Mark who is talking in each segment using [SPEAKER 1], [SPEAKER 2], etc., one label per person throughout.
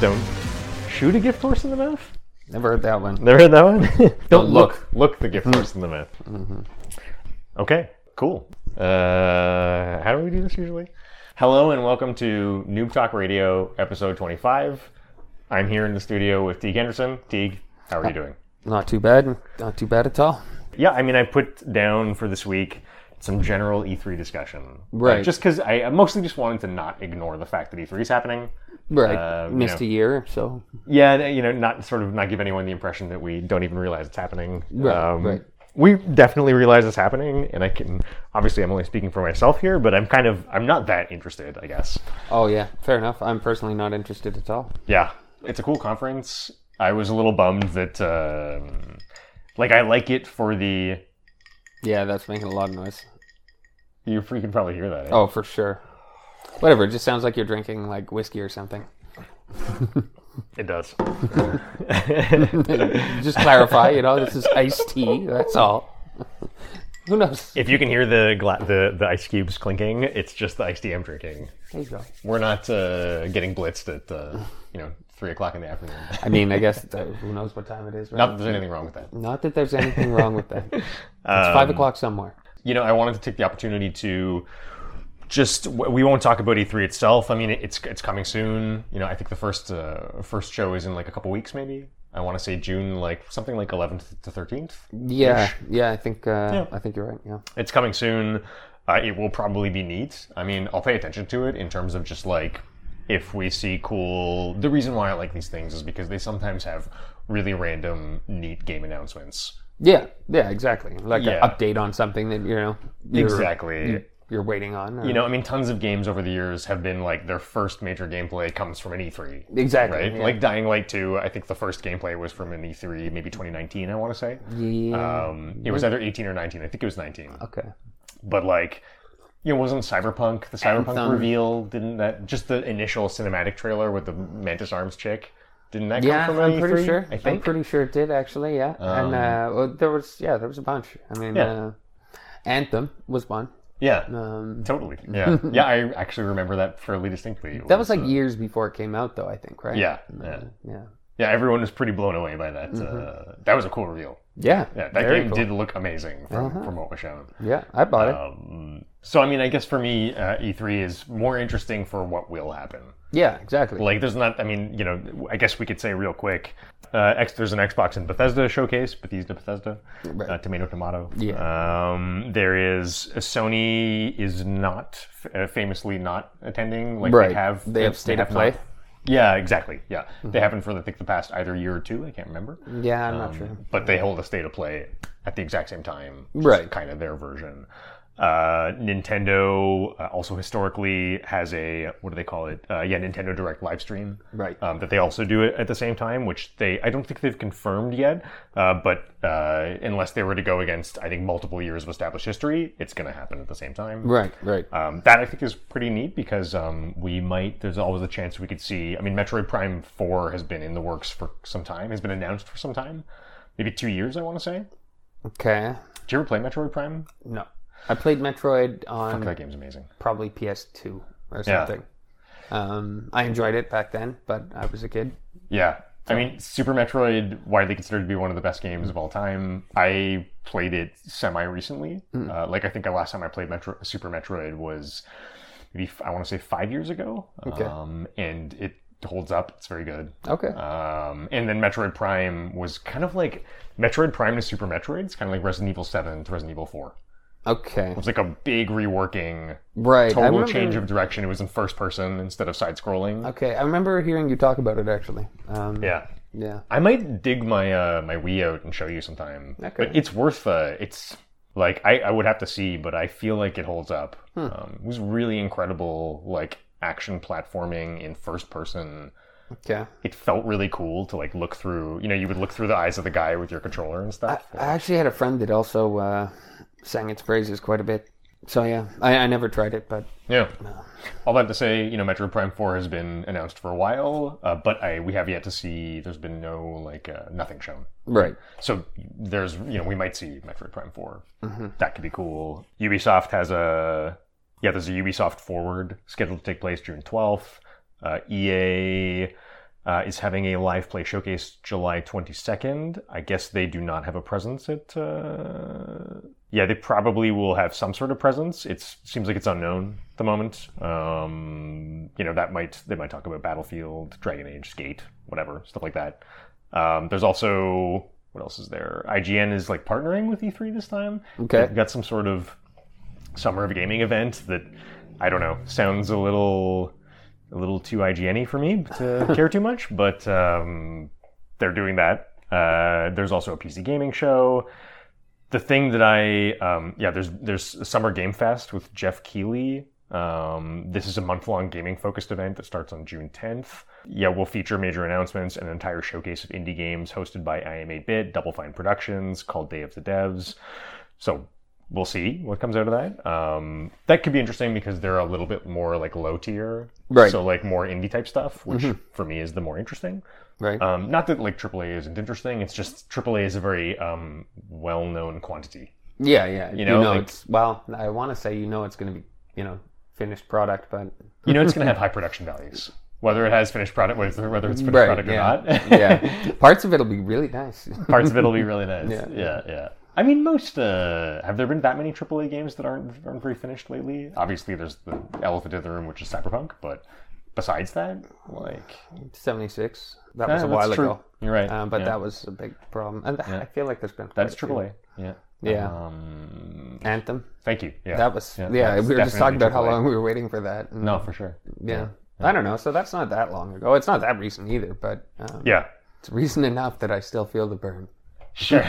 [SPEAKER 1] don't shoot a gift horse in the mouth.
[SPEAKER 2] Never heard that one.
[SPEAKER 1] Never heard that one. don't
[SPEAKER 2] Don't
[SPEAKER 1] look look the gift horse in the mouth. Okay, cool. Uh, how do we do this usually? Hello and welcome to Noob Talk Radio, episode twenty-five. I'm here in the studio with Teague Anderson. Teague, how are you doing?
[SPEAKER 2] Not too bad. Not too bad at all.
[SPEAKER 1] Yeah, I mean, I put down for this week some general E3 discussion,
[SPEAKER 2] Right.
[SPEAKER 1] Like, just because I I mostly just wanted to not ignore the fact that E3 is happening.
[SPEAKER 2] Right.
[SPEAKER 1] Uh, you
[SPEAKER 2] Missed
[SPEAKER 1] know.
[SPEAKER 2] a year, so
[SPEAKER 1] Yeah, and, uh, you know, not sort of not give anyone the impression that we don't even realize it's happening. Um,
[SPEAKER 2] Right, right.
[SPEAKER 1] We definitely realize it's happening, and I can obviously I'm only speaking for myself here, but I'm kind of I'm not that interested, I guess.
[SPEAKER 2] oh yeah, fair enough. I'm personally not interested at all.
[SPEAKER 1] Yeah, it's a cool conference. I was a little bummed that, um, like, I like it for the.
[SPEAKER 2] Yeah, that's making a lot of noise.
[SPEAKER 1] You, you can probably hear that. eh?
[SPEAKER 2] Oh, for sure. Whatever. It just sounds like you're drinking like whiskey or something.
[SPEAKER 1] It does.
[SPEAKER 2] just clarify, you know, this is iced tea. That's all. Who knows?
[SPEAKER 1] If you can hear the gla- the the ice cubes clinking, it's just the iced tea I'm drinking.
[SPEAKER 2] There you go.
[SPEAKER 1] We're not uh, getting blitzed at uh, you know three o'clock in the afternoon.
[SPEAKER 2] I mean, I guess uh, who knows what time it is, right?
[SPEAKER 1] Not that there's anything wrong with that.
[SPEAKER 2] Not that there's anything wrong with that. It's
[SPEAKER 1] Um,
[SPEAKER 2] five o'clock somewhere.
[SPEAKER 1] You know, I wanted to take the opportunity to just w- we won't talk about E3 itself. I mean, it- it's it's coming soon. You know, I think the first uh, first show is in like a couple weeks, maybe. I want to say June, like something like 11th to 13th.
[SPEAKER 2] Yeah, yeah. I think uh, I think you're right. Yeah.
[SPEAKER 1] It's coming soon. Uh, it will probably be neat. I mean, I'll pay attention to it in terms of just like if we see cool. The reason why I like these things is because they sometimes have really random, neat game announcements.
[SPEAKER 2] Yeah, yeah, exactly. Like
[SPEAKER 1] Yeah.
[SPEAKER 2] an update on something that you know you're,
[SPEAKER 1] exactly.
[SPEAKER 2] you're waiting on. or-
[SPEAKER 1] You know, I mean, tons of games over the years have been like their first major gameplay comes from an E3.
[SPEAKER 2] exactly.
[SPEAKER 1] Right?
[SPEAKER 2] yeah.
[SPEAKER 1] Like Dying Light 2, I think the first gameplay was from an E3, maybe 2019, I want to say.
[SPEAKER 2] Yeah,
[SPEAKER 1] Um, it was either 18 or 19. I think it was 19.
[SPEAKER 2] okay.
[SPEAKER 1] but like you know, wasn't Cyberpunk the Cyberpunk
[SPEAKER 2] Anthem.
[SPEAKER 1] reveal? Didn't that just the initial cinematic trailer with the Mantis Arms chick? Didn't that
[SPEAKER 2] Yeah,
[SPEAKER 1] come from
[SPEAKER 2] I'm
[SPEAKER 1] E3?
[SPEAKER 2] pretty sure.
[SPEAKER 1] I
[SPEAKER 2] I'm
[SPEAKER 1] think. Um,
[SPEAKER 2] pretty sure it did actually. Yeah, and uh, well, there was yeah, there was a bunch. I mean,
[SPEAKER 1] Yeah.
[SPEAKER 2] uh, Anthem was one.
[SPEAKER 1] yeah,
[SPEAKER 2] Um,
[SPEAKER 1] totally. Yeah, yeah. I actually remember that fairly distinctly. It
[SPEAKER 2] that was
[SPEAKER 1] uh,
[SPEAKER 2] like years before it came out, though. I think right.
[SPEAKER 1] yeah, yeah,
[SPEAKER 2] yeah,
[SPEAKER 1] yeah. Everyone was pretty blown away by that. Uh, that was a cool reveal.
[SPEAKER 2] yeah.
[SPEAKER 1] Yeah, that
[SPEAKER 2] Mm-hmm. Very
[SPEAKER 1] game
[SPEAKER 2] cool. Uh-huh.
[SPEAKER 1] did look amazing from, from what was shown.
[SPEAKER 2] Yeah, I bought it.
[SPEAKER 1] Um, so I mean, I guess for me, uh, E3 is more interesting for what will happen.
[SPEAKER 2] Yeah, exactly.
[SPEAKER 1] Like, there's not. I mean, you know, I guess we could say real quick. Uh, X, there's an Xbox and Bethesda showcase. Bethesda, Bethesda, uh, tomato, tomato. Yeah. Um, there is Sony is not f- uh, famously not attending. Like
[SPEAKER 2] Right.
[SPEAKER 1] they have
[SPEAKER 2] They have state of
[SPEAKER 1] not-
[SPEAKER 2] play. Mm-hmm.
[SPEAKER 1] Yeah, exactly. Yeah, they haven't for I think the past either year or two. I can't remember.
[SPEAKER 2] yeah, I'm
[SPEAKER 1] um,
[SPEAKER 2] not sure.
[SPEAKER 1] But they hold a state of play at the exact same time. just
[SPEAKER 2] Right.
[SPEAKER 1] Kind of their version. Uh, Nintendo uh, also historically has a what do they call it? Uh, yeah, Nintendo Direct live stream
[SPEAKER 2] Right.
[SPEAKER 1] um, that they also do it at the same time, which they I don't think they've confirmed yet. Uh, but uh, unless they were to go against, I think multiple years of established history, it's going to happen at the same time.
[SPEAKER 2] Right. Right.
[SPEAKER 1] Um, that I think is pretty neat because um, we might. There's always a chance we could see. I mean, Metroid Prime Four has been in the works for some time. Has been announced for some time, maybe two years. I want to say.
[SPEAKER 2] Okay.
[SPEAKER 1] Did you ever play Metroid Prime?
[SPEAKER 2] No, I played Metroid on
[SPEAKER 1] That game's amazing.
[SPEAKER 2] probably PS2 or
[SPEAKER 1] Yeah.
[SPEAKER 2] something. Um, I enjoyed it back then, but I was a kid.
[SPEAKER 1] Yeah. I mean, Super Metroid, widely considered to be one of the best games of all time. I played it semi recently. Uh, like, I think the last time I played Metro- Super Metroid was maybe, f- I want to say, five years ago.
[SPEAKER 2] Okay.
[SPEAKER 1] Um, and it holds up, it's very good.
[SPEAKER 2] Okay.
[SPEAKER 1] Um, and then Metroid Prime was kind of like Metroid Prime to Super Metroid. It's kind of like Resident Evil 7 to Resident Evil 4.
[SPEAKER 2] Okay.
[SPEAKER 1] It was like a big reworking,
[SPEAKER 2] Right. I
[SPEAKER 1] total
[SPEAKER 2] remember,
[SPEAKER 1] change of direction. It was in first person instead of side scrolling.
[SPEAKER 2] Okay, I remember hearing you talk about it actually. Um,
[SPEAKER 1] Yeah.
[SPEAKER 2] yeah.
[SPEAKER 1] I might dig my uh, my Wii out and show you sometime.
[SPEAKER 2] Okay.
[SPEAKER 1] But it's worth uh, it's like I, I would have to see, but I feel like it holds up.
[SPEAKER 2] Hmm.
[SPEAKER 1] Um, it was really incredible, like action platforming in first person.
[SPEAKER 2] Okay.
[SPEAKER 1] It felt really cool to like look through. You know, you would look through the eyes of the guy with your controller and
[SPEAKER 2] I,
[SPEAKER 1] stuff.
[SPEAKER 2] I actually had a friend that also uh, sang its praises quite a bit. So yeah, I, I never tried it, but
[SPEAKER 1] yeah. All that to say, you know, Metro Prime Four has been announced for a while, uh, but I we have yet to see. There's been no like uh, nothing shown.
[SPEAKER 2] right.
[SPEAKER 1] So there's, you know, we might see Metroid Prime 4. That could be cool. Ubisoft has a, yeah, there's E a Ubisoft Forward scheduled to take place June 12th. Uh, EA uh, is having a live play showcase July 22nd. I guess they do not have a presence at. Uh... Yeah, they probably will have some sort of presence. It seems like it's unknown at the moment. Um, you know, that might they might talk about Battlefield, Dragon Age, Skate, whatever stuff like that. Um, there's also what else is there? IGN is like partnering with E3 this time.
[SPEAKER 2] Okay.
[SPEAKER 1] They've got some sort of summer of gaming event that I don't know sounds a little a little too IGN-y for me to care too much, but um, they're doing that. Uh, there's also a PC gaming show. The thing that I um, yeah there's there's Summer Game Fest with Jeff Keighley. Um, this is a month long gaming focused event that starts on June 10th. Yeah, we'll feature major announcements and an entire showcase of indie games hosted by IMA Bit, Double Fine Productions, called Day of the Devs. So we'll see what comes out of that. Um, that could be interesting because they're a little bit more like low tier,
[SPEAKER 2] Right. Mm-hmm.
[SPEAKER 1] So like more indie type stuff, which for me is the more interesting.
[SPEAKER 2] Right.
[SPEAKER 1] Um, not that like AAA isn't interesting; it's just AAA is a very um, well known quantity.
[SPEAKER 2] yeah, yeah. You
[SPEAKER 1] know, like-
[SPEAKER 2] it's well. I want to say you know it's going to be you know finished product, but
[SPEAKER 1] You know, it's going to have high production values, whether it has finished product, whether whether it's finished
[SPEAKER 2] Right,
[SPEAKER 1] product
[SPEAKER 2] yeah.
[SPEAKER 1] or not.
[SPEAKER 2] yeah, parts of it'll be really nice.
[SPEAKER 1] parts of it'll be really nice.
[SPEAKER 2] Yeah.
[SPEAKER 1] Yeah, yeah. I mean, most uh, have there been that many AAA games that aren't aren't very finished lately? Obviously, there's the elephant in the room, which is Cyberpunk, but besides that, like
[SPEAKER 2] Seventy six. That was
[SPEAKER 1] eh,
[SPEAKER 2] a while
[SPEAKER 1] that's true.
[SPEAKER 2] ago,
[SPEAKER 1] You're right,
[SPEAKER 2] um, but
[SPEAKER 1] yeah.
[SPEAKER 2] that was a big problem. And I feel like there's been
[SPEAKER 1] that's
[SPEAKER 2] quite a few.
[SPEAKER 1] AAA. Yeah.
[SPEAKER 2] Yeah.
[SPEAKER 1] Um,
[SPEAKER 2] Anthem.
[SPEAKER 1] thank you. Yeah.
[SPEAKER 2] That was yeah.
[SPEAKER 1] Yeah, that's
[SPEAKER 2] we were just talking
[SPEAKER 1] definitely AAA.
[SPEAKER 2] about how long we were waiting for that. and-
[SPEAKER 1] no, for sure.
[SPEAKER 2] Yeah. I don't know. So that's not that long ago. It's not that recent either, but um,
[SPEAKER 1] Yeah.
[SPEAKER 2] it's recent enough that I still feel the burn.
[SPEAKER 1] Sure.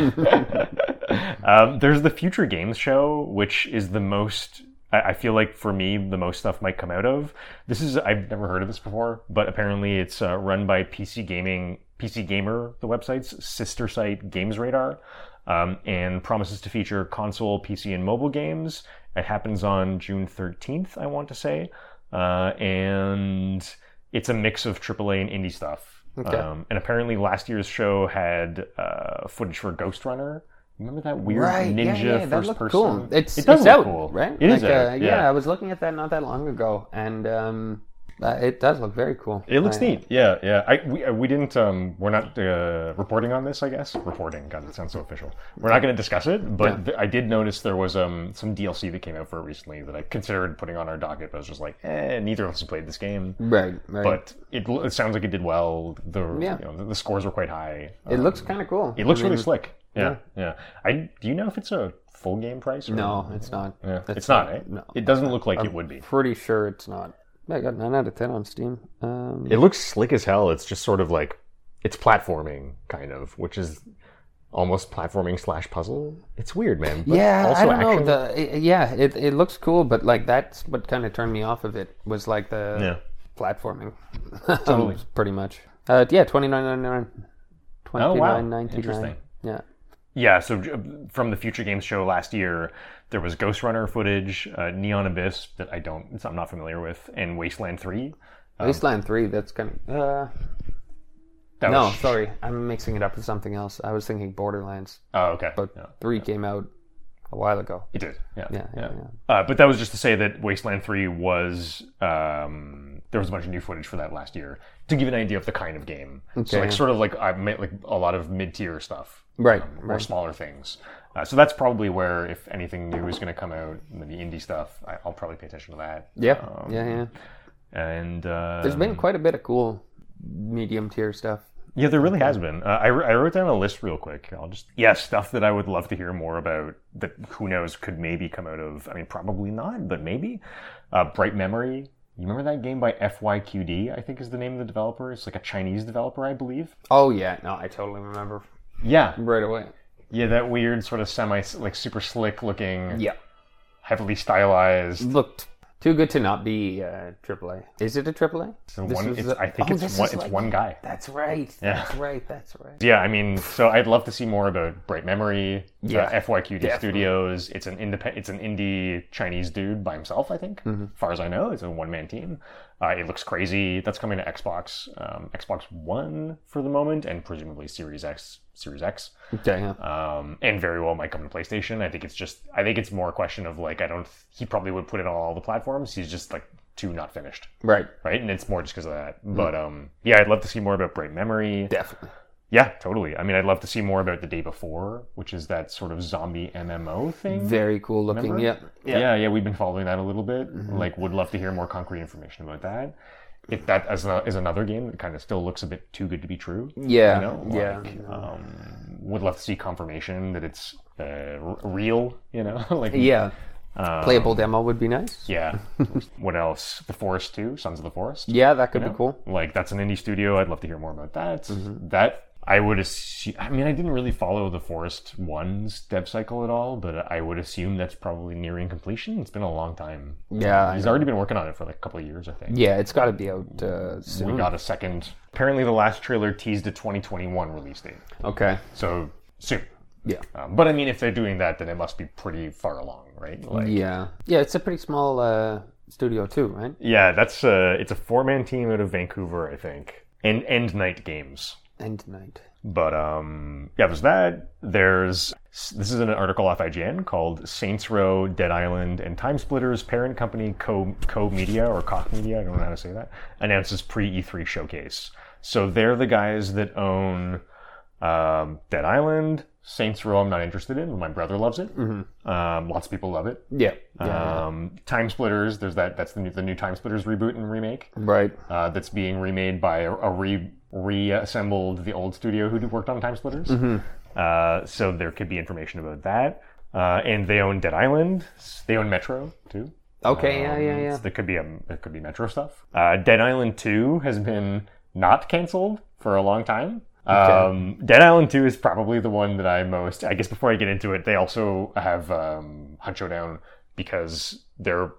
[SPEAKER 1] um, there's the Future Games show, which is the most. I I feel like for me, the most stuff might come out of this is I've never heard of this before, but apparently it's uh, run by PC Gaming, PC Gamer, the website's sister site, Games Radar, um, and promises to feature console, PC, and mobile games. It happens on June 13th, I want to say, uh, and it's a mix of AAA and indie stuff.
[SPEAKER 2] Okay.
[SPEAKER 1] Um, and apparently, last year's show had uh, footage for Ghost Runner. Remember that weird
[SPEAKER 2] Right. yeah,
[SPEAKER 1] ninja
[SPEAKER 2] yeah,
[SPEAKER 1] first
[SPEAKER 2] that looked
[SPEAKER 1] person?
[SPEAKER 2] cool. It's,
[SPEAKER 1] it does
[SPEAKER 2] it's
[SPEAKER 1] look
[SPEAKER 2] out,
[SPEAKER 1] cool,
[SPEAKER 2] right?
[SPEAKER 1] It is
[SPEAKER 2] Like,
[SPEAKER 1] out,
[SPEAKER 2] uh,
[SPEAKER 1] yeah.
[SPEAKER 2] I was looking at that not that long ago, and um, uh, it does look very cool.
[SPEAKER 1] It looks
[SPEAKER 2] I-
[SPEAKER 1] neat. Yeah, yeah. I we, uh, we didn't um we're not uh, reporting on this, I guess. Reporting. God, that sounds so official. We're not going to discuss it, but th- I did notice there was um some DLC that came out for it recently that I considered putting on our docket, but I was just like, eh, neither of us have played this game.
[SPEAKER 2] Right, right.
[SPEAKER 1] But it, l- it sounds like it did well. The
[SPEAKER 2] Yeah.
[SPEAKER 1] you know, the, the scores were quite high. Um,
[SPEAKER 2] it looks kind of cool.
[SPEAKER 1] It looks
[SPEAKER 2] I mean,
[SPEAKER 1] really slick. Yeah, yeah. I do you know if it's a full game price? Or,
[SPEAKER 2] No, it's not.
[SPEAKER 1] yeah. it's, not. eh?
[SPEAKER 2] No.
[SPEAKER 1] it doesn't look like it would be.
[SPEAKER 2] Pretty sure it's not. Yeah, I got 9 out of 10 on Steam. Um,
[SPEAKER 1] It looks slick as hell. It's just sort of like it's platforming kind of, which is almost platforming slash puzzle. It's weird, man. But
[SPEAKER 2] yeah,
[SPEAKER 1] also
[SPEAKER 2] I don't
[SPEAKER 1] action.
[SPEAKER 2] know. The, it- yeah, it, it looks cool, but like that's what kind of turned me off of it was like the
[SPEAKER 1] yeah.
[SPEAKER 2] platforming. Totally. Pretty much. Uh, yeah, twenty nine ninety nine.
[SPEAKER 1] Oh, wow.
[SPEAKER 2] Twenty nine ninety nine.
[SPEAKER 1] Interesting.
[SPEAKER 2] Yeah.
[SPEAKER 1] Yeah, so uh, from the Future Games show last year, there was Ghost Runner footage, uh, Neon Abyss that I don't, it's- I'm not familiar with, and Wasteland 3. Um,
[SPEAKER 2] Wasteland three. That's kind of. Uh,
[SPEAKER 1] That
[SPEAKER 2] no,
[SPEAKER 1] was-
[SPEAKER 2] sorry, I'm mixing it up with something else. I was thinking Borderlands.
[SPEAKER 1] Oh, okay. Yeah.
[SPEAKER 2] Three came out a while ago.
[SPEAKER 1] It did. Yeah.
[SPEAKER 2] Yeah, yeah, yeah.
[SPEAKER 1] Uh, but that was just to say that Wasteland 3 was um, there was a bunch of new footage for that last year to give an idea of the kind of game. So
[SPEAKER 2] Okay.
[SPEAKER 1] like sort of like I meant like a lot of mid tier stuff
[SPEAKER 2] Right,
[SPEAKER 1] or
[SPEAKER 2] right.
[SPEAKER 1] smaller things. Uh, so that's probably where if anything new is going to come out, maybe indie stuff. I, I'll probably pay attention to that.
[SPEAKER 2] Yeah,
[SPEAKER 1] Um,
[SPEAKER 2] yeah, yeah.
[SPEAKER 1] And uh,
[SPEAKER 2] There's been quite a bit of cool medium tier stuff.
[SPEAKER 1] yeah, there really has been. Uh, I, I wrote down a list real quick. I'll just yeah, stuff that I would love to hear more about. That who knows could maybe come out of. I mean, probably not, but maybe. Uh, Bright Memory. You remember that game by FYQD? I think is the name of the developer. It's like a Chinese developer, I believe.
[SPEAKER 2] Oh yeah, no, I totally remember
[SPEAKER 1] Yeah,
[SPEAKER 2] right away.
[SPEAKER 1] yeah, that weird sort of semi like super slick looking,
[SPEAKER 2] Yeah,
[SPEAKER 1] heavily stylized.
[SPEAKER 2] looked too good to not be uh, AAA. Is it a AAA?
[SPEAKER 1] So
[SPEAKER 2] This
[SPEAKER 1] one,
[SPEAKER 2] was
[SPEAKER 1] it's,
[SPEAKER 2] a-
[SPEAKER 1] I think
[SPEAKER 2] oh, this
[SPEAKER 1] it's one,
[SPEAKER 2] is
[SPEAKER 1] it's
[SPEAKER 2] like-
[SPEAKER 1] one guy.
[SPEAKER 2] That's right.
[SPEAKER 1] Yeah.
[SPEAKER 2] That's right. That's right.
[SPEAKER 1] Yeah, I mean, so I'd love to see more about Bright Memory,
[SPEAKER 2] Yeah,
[SPEAKER 1] yeah, FYQD
[SPEAKER 2] definitely.
[SPEAKER 1] Studios. It's an independent, it's an indie Chinese dude by himself, I think.
[SPEAKER 2] Mm-hmm.
[SPEAKER 1] As far as I know, it's a one man team. Uh, it looks crazy. That's coming to Xbox, um, Xbox One for the moment, and presumably Series X, Series X,
[SPEAKER 2] Okay. Yeah.
[SPEAKER 1] um, and very well might come to PlayStation. I think it's just, I think it's more a question of like, I don't. He probably would put it on all the platforms. He's just like two not finished,
[SPEAKER 2] Right.
[SPEAKER 1] right? And it's more just because of that.
[SPEAKER 2] Hmm.
[SPEAKER 1] But um, yeah, I'd love to see more about Bright Memory.
[SPEAKER 2] Definitely.
[SPEAKER 1] Yeah, totally. I mean, I'd love to see more about The Day Before, which is that sort of zombie MMO thing.
[SPEAKER 2] Very cool looking.
[SPEAKER 1] Remember?
[SPEAKER 2] Yep.
[SPEAKER 1] yeah. yeah, we've been following that a little bit.
[SPEAKER 2] Mm-hmm.
[SPEAKER 1] Like, would love to hear more concrete information about that. If that is, no- is another game that kind of still looks a bit too good to be true,
[SPEAKER 2] Yeah.
[SPEAKER 1] you know,
[SPEAKER 2] yeah.
[SPEAKER 1] like, um, would love to see confirmation that it's uh, r- real, you know, like
[SPEAKER 2] yeah.
[SPEAKER 1] um,
[SPEAKER 2] Playable demo would be nice.
[SPEAKER 1] Yeah. what else? The Forest Two, Sons of the Forest.
[SPEAKER 2] Yeah, that could be cool.
[SPEAKER 1] Like that's an indie studio. I'd love to hear more about that.
[SPEAKER 2] Mm-hmm.
[SPEAKER 1] That I would assume. I mean, I didn't really follow the Forest One's dev cycle at all, but I would assume that's probably nearing completion. It's been a long time.
[SPEAKER 2] Yeah. I-
[SPEAKER 1] He's already been working on it for like a couple of years, I think.
[SPEAKER 2] Yeah, it's got to be out uh,
[SPEAKER 1] We
[SPEAKER 2] soon.
[SPEAKER 1] got a second. Apparently, the last trailer teased a 2021 release date.
[SPEAKER 2] Okay.
[SPEAKER 1] So soon.
[SPEAKER 2] Yeah.
[SPEAKER 1] Um, but I mean, if they're doing that, then it must be pretty far along, right? Like,
[SPEAKER 2] Yeah. Yeah, it's a pretty small uh, studio too, right?
[SPEAKER 1] yeah, that's uh, it's a four man team out of Vancouver, I think, and End Night Games.
[SPEAKER 2] And tonight.
[SPEAKER 1] But um, yeah, there's that. There's this is an article off IGN called "Saints Row, Dead Island, and Time Splitters Parent Company Co Co Media or Cock Media. I don't know how to say that. Announces pre E3 showcase. So they're the guys that own um, Dead Island, Saints Row. I'm not interested in. but My brother loves it. Um, lots of people love it.
[SPEAKER 2] Yeah. Yeah.
[SPEAKER 1] Um, Time Splitters. There's that. That's the new, the new Time Splitters reboot and remake
[SPEAKER 2] right.
[SPEAKER 1] uh, that's being remade by a, a re reassembled the old studio who worked on Time Splitters.
[SPEAKER 2] Mm-hmm.
[SPEAKER 1] Uh, so there could be information about that. Uh, and they own Dead Island. They own Metro too.
[SPEAKER 2] Okay. yeah. Yeah. Yeah.
[SPEAKER 1] So there could be a there could be Metro stuff. Uh, Dead Island Two has been not canceled for a long time. Um, Dead Island Two is probably the one that I most. I guess before I get into it, they also have um, Huncho Down because they're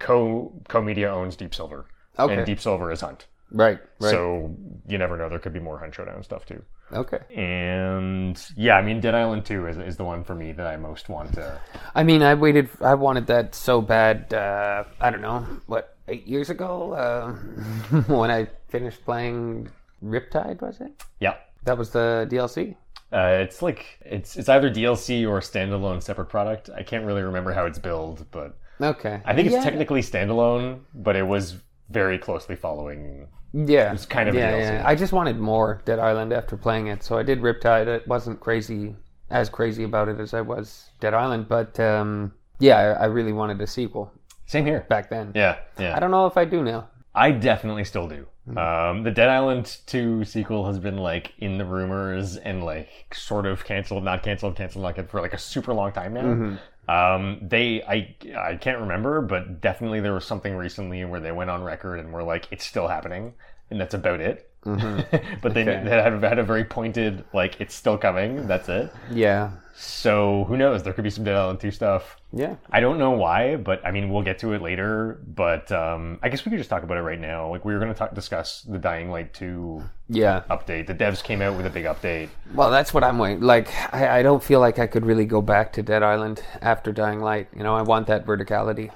[SPEAKER 1] co co media owns Deep Silver.
[SPEAKER 2] Okay.
[SPEAKER 1] And Deep Silver is Hunt.
[SPEAKER 2] Right. Right.
[SPEAKER 1] So you never know. There could be more Hunt Showdown stuff too.
[SPEAKER 2] okay.
[SPEAKER 1] And yeah, I mean, Dead Island 2 is, is the one for me that I most want to.
[SPEAKER 2] I mean, I waited. I wanted that so bad. Uh, I don't know what eight years ago uh, when I finished playing Riptide was it?
[SPEAKER 1] Yeah.
[SPEAKER 2] That was the DLC.
[SPEAKER 1] Uh, it's like it's it's either DLC or a standalone separate product. I can't really remember how it's billed, but
[SPEAKER 2] Okay.
[SPEAKER 1] I think it's
[SPEAKER 2] yeah.
[SPEAKER 1] technically standalone, but it was very closely following.
[SPEAKER 2] yeah. It's
[SPEAKER 1] kind of a
[SPEAKER 2] yeah,
[SPEAKER 1] DLC.
[SPEAKER 2] yeah. I just wanted more Dead Island after playing it, so I did Riptide. It wasn't crazy as crazy about it as I was Dead Island, but um, yeah, I, I really wanted a sequel
[SPEAKER 1] Same here.
[SPEAKER 2] back then.
[SPEAKER 1] Yeah,
[SPEAKER 2] I
[SPEAKER 1] yeah.
[SPEAKER 2] don't know if I do now.
[SPEAKER 1] I definitely still do. Um, the Dead Island 2 sequel has been like in the rumors and like sort of canceled, not canceled, canceled, not canceled for like a super long time now. Um, they, I, I can't remember, but definitely there was something recently where they went on record and were like, it's still happening, and that's about it. but they, they had, had a very pointed like, it's still coming. That's it.
[SPEAKER 2] Yeah.
[SPEAKER 1] So who knows? There could be some Dead Island 2 stuff.
[SPEAKER 2] Yeah.
[SPEAKER 1] I don't know why, but I mean, we'll get to it later. But um, I guess we could just talk about it right now. Like, we were going to talk, discuss the Dying Light 2
[SPEAKER 2] Yeah.
[SPEAKER 1] update. The devs came out with a big update.
[SPEAKER 2] Well, that's what I'm waiting. Like, I, I don't feel like I could really go back to Dead Island after Dying Light. You know, I want that verticality,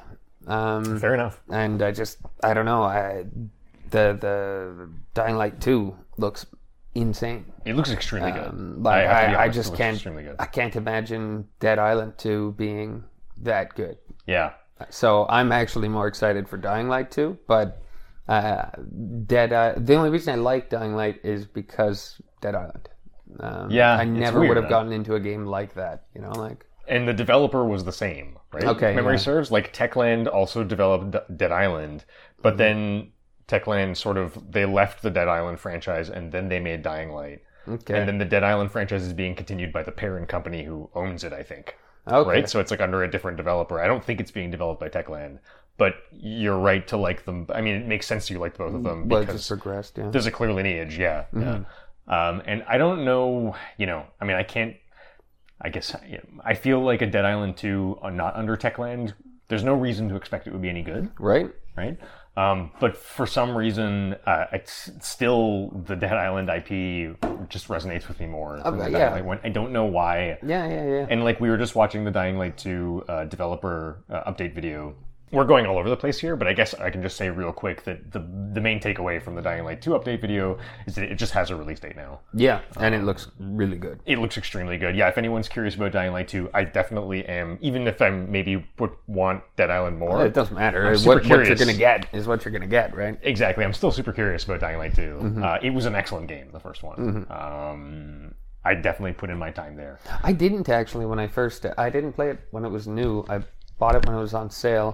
[SPEAKER 2] um,
[SPEAKER 1] Fair enough.
[SPEAKER 2] and I just, I don't know. I, the the Dying Light two looks insane.
[SPEAKER 1] It looks extremely good.
[SPEAKER 2] Like,
[SPEAKER 1] have to be
[SPEAKER 2] I, I,
[SPEAKER 1] honest, it
[SPEAKER 2] just
[SPEAKER 1] looks
[SPEAKER 2] can't,
[SPEAKER 1] Extremely good.
[SPEAKER 2] I can't imagine Dead Island two being that good.
[SPEAKER 1] Yeah.
[SPEAKER 2] So I'm actually more excited for Dying Light 2, but uh, Dead I- the only reason I like Dying Light is because Dead Island. Um,
[SPEAKER 1] Yeah,
[SPEAKER 2] I
[SPEAKER 1] it's
[SPEAKER 2] never
[SPEAKER 1] weird,
[SPEAKER 2] would have
[SPEAKER 1] huh?
[SPEAKER 2] gotten into a game like that. You know, like
[SPEAKER 1] And the developer was the same, right?
[SPEAKER 2] Okay,
[SPEAKER 1] Memory
[SPEAKER 2] yeah.
[SPEAKER 1] serves. Like, Techland also developed D- Dead Island, but then Techland sort of, they left the Dead Island franchise and then they made Dying Light.
[SPEAKER 2] okay,
[SPEAKER 1] And then the Dead Island franchise is being continued by the parent company who owns it, I think.
[SPEAKER 2] okay,
[SPEAKER 1] right? So it's like under a different developer. I don't think it's being developed by Techland, but you're right to like them. I mean, it makes sense you like both of them
[SPEAKER 2] well, it
[SPEAKER 1] because
[SPEAKER 2] just Mm-hmm. progressed. Yeah,
[SPEAKER 1] there's a clear lineage. Yeah, yeah. Um, and I don't know. You know, I mean, I can't. I guess yeah, I feel like a Dead Island two, uh, not under Techland. There's no reason to expect it would be any good,
[SPEAKER 2] right?
[SPEAKER 1] right? Um, but for some reason, uh, it's still the Dead Island IP just resonates with me more. than
[SPEAKER 2] Okay,
[SPEAKER 1] the Dead
[SPEAKER 2] Oh, yeah.
[SPEAKER 1] Island one. I don't know why.
[SPEAKER 2] Yeah, yeah, yeah.
[SPEAKER 1] And like we were just watching the Dying Light 2 uh, developer uh, update video, We're going all over the place here, but I guess I can just say real quick that the the main takeaway from the Dying Light 2 update video is that it just has a release date now.
[SPEAKER 2] Yeah, and it looks really good.
[SPEAKER 1] It looks extremely good. Yeah, if anyone's curious about Dying Light 2, I definitely am. Even if I maybe would want Dead Island more,
[SPEAKER 2] It doesn't matter.
[SPEAKER 1] super
[SPEAKER 2] What, what you're
[SPEAKER 1] curious.
[SPEAKER 2] gonna get is what you're gonna get, right?
[SPEAKER 1] exactly. I'm still super curious about Dying Light 2. Uh, it was an excellent game, the first one. Um, I definitely put in my time there.
[SPEAKER 2] I didn't actually when I first. I didn't play it when it was new. I bought it when it was on sale,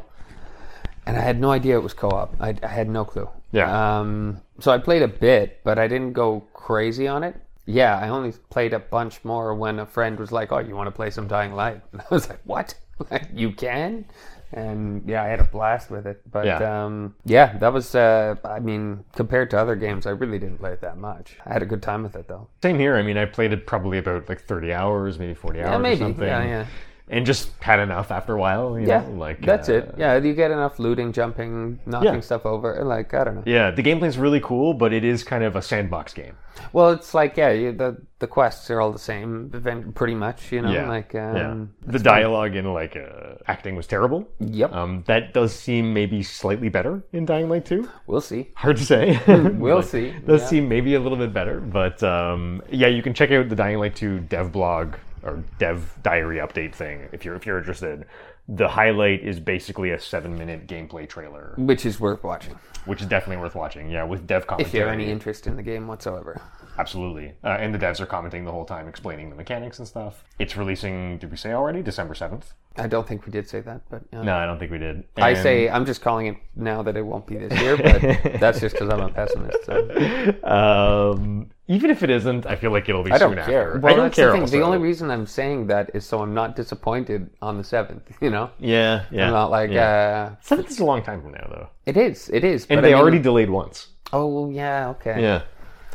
[SPEAKER 2] and I had no idea it was co-op. I, I had no clue.
[SPEAKER 1] Yeah.
[SPEAKER 2] Um. So I played a bit, but I didn't go crazy on it. Yeah, I only played a bunch more when a friend was like, "Oh, you want to play some Dying Light?" And I was like, "What? Like, you can?" And yeah, I had a blast with it. But
[SPEAKER 1] Yeah.
[SPEAKER 2] um, yeah, that was. Uh, I mean, compared to other games, I really didn't play it that much. I had a good time with it though.
[SPEAKER 1] Same here. I mean, I played it probably about like 30 hours, maybe 40 hours
[SPEAKER 2] maybe.
[SPEAKER 1] or something.
[SPEAKER 2] Yeah, yeah.
[SPEAKER 1] And just had enough after a while. You
[SPEAKER 2] Yeah,
[SPEAKER 1] know? like
[SPEAKER 2] that's
[SPEAKER 1] uh,
[SPEAKER 2] it. Yeah, you get enough looting, jumping, knocking stuff over. Like I don't know.
[SPEAKER 1] Yeah, the gameplay's really cool, but it is kind of a sandbox game.
[SPEAKER 2] Well, it's like yeah, you, the the quests are all the same, even- pretty much. You know,
[SPEAKER 1] Yeah,
[SPEAKER 2] like
[SPEAKER 1] yeah.
[SPEAKER 2] um,
[SPEAKER 1] The dialogue and like uh, acting was terrible.
[SPEAKER 2] yep,
[SPEAKER 1] Um, that does seem maybe slightly better in Dying Light 2.
[SPEAKER 2] we'll see.
[SPEAKER 1] Hard to say.
[SPEAKER 2] We'll
[SPEAKER 1] Like,
[SPEAKER 2] see.
[SPEAKER 1] Does seem maybe a little bit better, but um, yeah, you can check out the Dying Light 2 dev blog or dev diary update thing if you're if you're interested. The highlight is basically a seven minute gameplay trailer,
[SPEAKER 2] Which is worth watching
[SPEAKER 1] which is definitely worth watching. Yeah, with dev
[SPEAKER 2] if you have
[SPEAKER 1] commentary.
[SPEAKER 2] any interest in the game whatsoever.
[SPEAKER 1] Absolutely. Uh, and the devs are commenting the whole time, explaining the mechanics and stuff. It's releasing, did we say already? December 7th?
[SPEAKER 2] I don't think we did say that, but uh,
[SPEAKER 1] No, I don't think we did.
[SPEAKER 2] I
[SPEAKER 1] And-
[SPEAKER 2] say I'm just calling it now that it won't be this year, but that's just because I'm a pessimist. So.
[SPEAKER 1] um, even if it isn't, I feel like it'll be
[SPEAKER 2] I
[SPEAKER 1] soon
[SPEAKER 2] don't
[SPEAKER 1] after.
[SPEAKER 2] care. Well,
[SPEAKER 1] I don't
[SPEAKER 2] that's
[SPEAKER 1] care.
[SPEAKER 2] the thing. The
[SPEAKER 1] also.
[SPEAKER 2] only reason I'm saying that is so I'm not disappointed on the seventh. You know,
[SPEAKER 1] yeah, yeah.
[SPEAKER 2] I'm not like uh,
[SPEAKER 1] Seventh is a long time from now, though,
[SPEAKER 2] it is. It is.
[SPEAKER 1] and
[SPEAKER 2] but
[SPEAKER 1] they
[SPEAKER 2] I mean-
[SPEAKER 1] already delayed once.
[SPEAKER 2] Oh well, yeah, okay.
[SPEAKER 1] Yeah,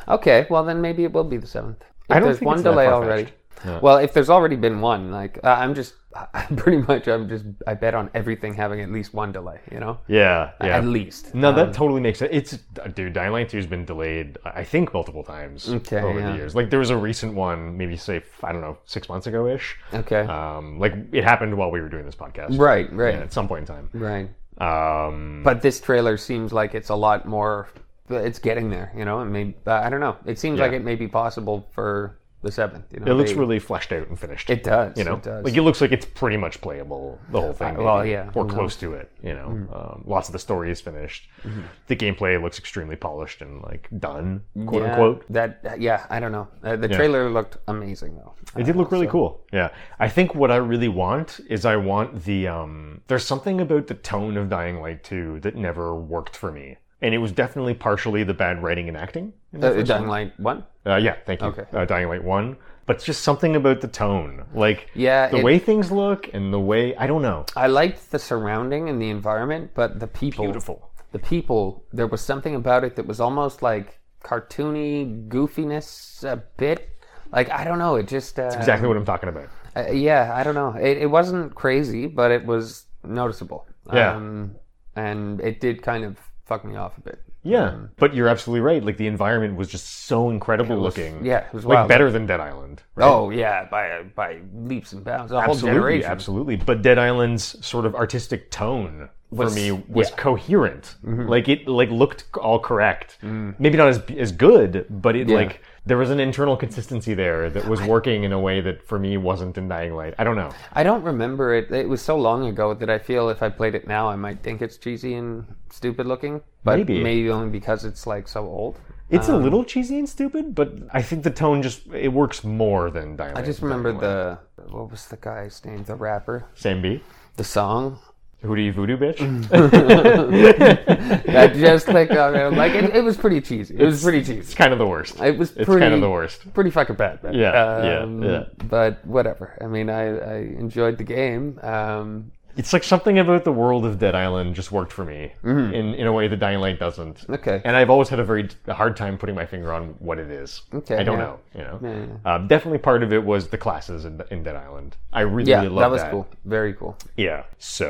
[SPEAKER 2] Okay, well then maybe it will be the seventh. If
[SPEAKER 1] I don't
[SPEAKER 2] there's
[SPEAKER 1] think
[SPEAKER 2] one
[SPEAKER 1] it's that
[SPEAKER 2] delay
[SPEAKER 1] far-fetched.
[SPEAKER 2] already. Well, if there's already been one, like I- I'm just I, pretty much I'm just I bet on everything having at least one delay. You know,
[SPEAKER 1] yeah, yeah.
[SPEAKER 2] at least.
[SPEAKER 1] no, that totally makes sense. It's dude, Dying Light Two has been delayed, I think, multiple times
[SPEAKER 2] Okay,
[SPEAKER 1] over
[SPEAKER 2] yeah.
[SPEAKER 1] the years. Like there was a recent one, maybe say I don't know, six months ago ish.
[SPEAKER 2] Okay.
[SPEAKER 1] Um, like it happened while we were doing this podcast,
[SPEAKER 2] right. Right.
[SPEAKER 1] At some point in time.
[SPEAKER 2] Right.
[SPEAKER 1] Um,
[SPEAKER 2] But this trailer seems like it's a lot more. It's getting there. You know, it may. uh, I don't know. It seems like it may be possible for the seventh. You know,
[SPEAKER 1] it looks
[SPEAKER 2] They-
[SPEAKER 1] really fleshed out and finished.
[SPEAKER 2] It does.
[SPEAKER 1] you know,
[SPEAKER 2] It does. Uh,
[SPEAKER 1] like it looks like it's pretty much playable the whole thing.
[SPEAKER 2] well,
[SPEAKER 1] maybe,
[SPEAKER 2] yeah, Mm.
[SPEAKER 1] or
[SPEAKER 2] who
[SPEAKER 1] close to it. You know, um, lots of the story is finished.
[SPEAKER 2] Mm-hmm.
[SPEAKER 1] The gameplay looks extremely polished and like done, quote
[SPEAKER 2] Yeah,
[SPEAKER 1] unquote.
[SPEAKER 2] That. Yeah. I don't know. Uh, the trailer looked amazing though. Uh,
[SPEAKER 1] It did look really cool. Yeah, I think what I really want is I want the um. There's something about the tone of Dying Light 2 that never worked for me, and it was definitely partially the bad writing and acting. in the
[SPEAKER 2] Uh,
[SPEAKER 1] first
[SPEAKER 2] Dying Light one.
[SPEAKER 1] Uh, yeah, thank you.
[SPEAKER 2] Okay.
[SPEAKER 1] Uh, Dying Light 1. But it's just something about the tone. Like,
[SPEAKER 2] Yeah,
[SPEAKER 1] the
[SPEAKER 2] it-
[SPEAKER 1] way things look and the way, I don't know.
[SPEAKER 2] I liked the surrounding and the environment, but the people,
[SPEAKER 1] Beautiful.
[SPEAKER 2] the people, there was something about it that was almost like cartoony goofiness a bit. Like I don't know, it just uh,
[SPEAKER 1] Exactly what I'm talking about.
[SPEAKER 2] uh, yeah, I don't know. It, it wasn't crazy, but it was noticeable.
[SPEAKER 1] Yeah.
[SPEAKER 2] um, and it did kind of fuck me off a bit.
[SPEAKER 1] Yeah. but you're absolutely right. Like, the environment was just so incredible looking.
[SPEAKER 2] Yeah, it was
[SPEAKER 1] Hmm. Like,
[SPEAKER 2] wild.
[SPEAKER 1] better than Dead Island. Right?
[SPEAKER 2] Oh yeah, by by leaps and bounds. A whole
[SPEAKER 1] absolutely.
[SPEAKER 2] generation.
[SPEAKER 1] Absolutely. But Dead Island's sort of artistic tone. For
[SPEAKER 2] Was- Mm-hmm.
[SPEAKER 1] me, was coherent. Like it, like looked all correct.
[SPEAKER 2] Mm.
[SPEAKER 1] Maybe not as as good, but it like there was an internal consistency there that was working in a way that for me wasn't in Dying Light. I don't know.
[SPEAKER 2] I don't remember it. It was so long ago that I feel if I played it now, I might think it's cheesy and stupid looking. But
[SPEAKER 1] Maybe.
[SPEAKER 2] maybe, only because it's like so old.
[SPEAKER 1] It's
[SPEAKER 2] Um,
[SPEAKER 1] a little cheesy and stupid, but I think the tone just it works more than Dynamite.
[SPEAKER 2] I just remember the what was the guy's name? The rapper,
[SPEAKER 1] Sam B.
[SPEAKER 2] the song.
[SPEAKER 1] Hootie Voodoo
[SPEAKER 2] Mm.
[SPEAKER 1] bitch.
[SPEAKER 2] I just clicked on it. Like it, it was pretty cheesy. It was pretty cheesy.
[SPEAKER 1] It's kind of the worst.
[SPEAKER 2] It was
[SPEAKER 1] it's
[SPEAKER 2] pretty
[SPEAKER 1] kind of the worst.
[SPEAKER 2] Pretty fucking bad. man. Um,
[SPEAKER 1] Yeah, yeah, yeah.
[SPEAKER 2] But whatever. I mean, I, I enjoyed the game. Um,
[SPEAKER 1] It's like something about the world of Dead Island just worked for me
[SPEAKER 2] Mm-hmm.
[SPEAKER 1] in in a way that Dying Light doesn't.
[SPEAKER 2] okay.
[SPEAKER 1] And I've always had a very d- a hard time putting my finger on what it is.
[SPEAKER 2] Okay,
[SPEAKER 1] I don't
[SPEAKER 2] yeah.
[SPEAKER 1] know. You know,
[SPEAKER 2] Yeah, yeah.
[SPEAKER 1] Um, definitely part of it was the classes in, in Dead Island. I really,
[SPEAKER 2] yeah,
[SPEAKER 1] really love
[SPEAKER 2] that was cool. Very cool.
[SPEAKER 1] Yeah.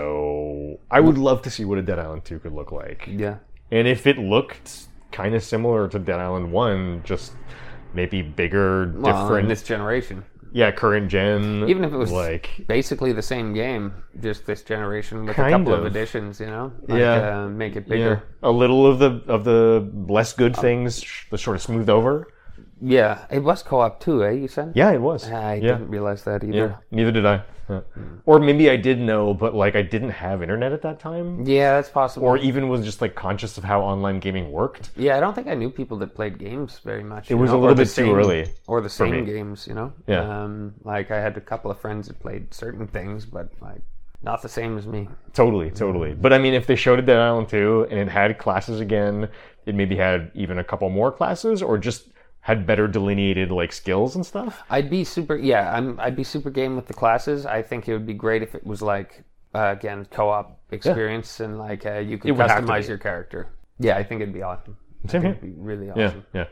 [SPEAKER 1] So I would love to see what a Dead Island two could look like.
[SPEAKER 2] Yeah.
[SPEAKER 1] And if it looked kind of similar to Dead Island 1, just maybe bigger,
[SPEAKER 2] Well, in
[SPEAKER 1] different.
[SPEAKER 2] this generation.
[SPEAKER 1] yeah, current gen.
[SPEAKER 2] Even if it was
[SPEAKER 1] like
[SPEAKER 2] basically the same game, just this generation with a
[SPEAKER 1] Kind
[SPEAKER 2] couple of.
[SPEAKER 1] of.
[SPEAKER 2] additions, you know? Like,
[SPEAKER 1] Yeah.
[SPEAKER 2] Uh, make it
[SPEAKER 1] yeah,
[SPEAKER 2] bigger. Oh.
[SPEAKER 1] a little of the of the less good things, sh- the sort of smoothed over.
[SPEAKER 2] Yeah. It was co op too, eh? You said?
[SPEAKER 1] Yeah, it was.
[SPEAKER 2] I
[SPEAKER 1] yeah.
[SPEAKER 2] didn't realize that either.
[SPEAKER 1] Yeah, neither did I. Yeah. Or maybe I did know, but like I didn't have internet at that time,
[SPEAKER 2] Yeah, that's possible.
[SPEAKER 1] or even was just like conscious of how online gaming worked.
[SPEAKER 2] yeah, I don't think I knew people that played games very much.
[SPEAKER 1] It was a little bit too early.
[SPEAKER 2] Or the
[SPEAKER 1] me.
[SPEAKER 2] same games, you know?
[SPEAKER 1] Yeah.
[SPEAKER 2] Um, like, I had a couple of friends that played certain things, but, like, not the same as me.
[SPEAKER 1] Totally, totally. But I mean, if they showed it Dead Island 2 and it had classes again, it maybe had even a couple more classes or just had better delineated like skills and stuff.
[SPEAKER 2] I'd be super. Yeah, I'm. I'd be super game with the classes. I think it would be great if it was like uh, again co-op experience and like uh, you could
[SPEAKER 1] It would have to
[SPEAKER 2] customize
[SPEAKER 1] be.
[SPEAKER 2] your character. Yeah, I think it'd be awesome.
[SPEAKER 1] Same here.
[SPEAKER 2] It'd be really
[SPEAKER 1] Yeah,
[SPEAKER 2] awesome.
[SPEAKER 1] yeah.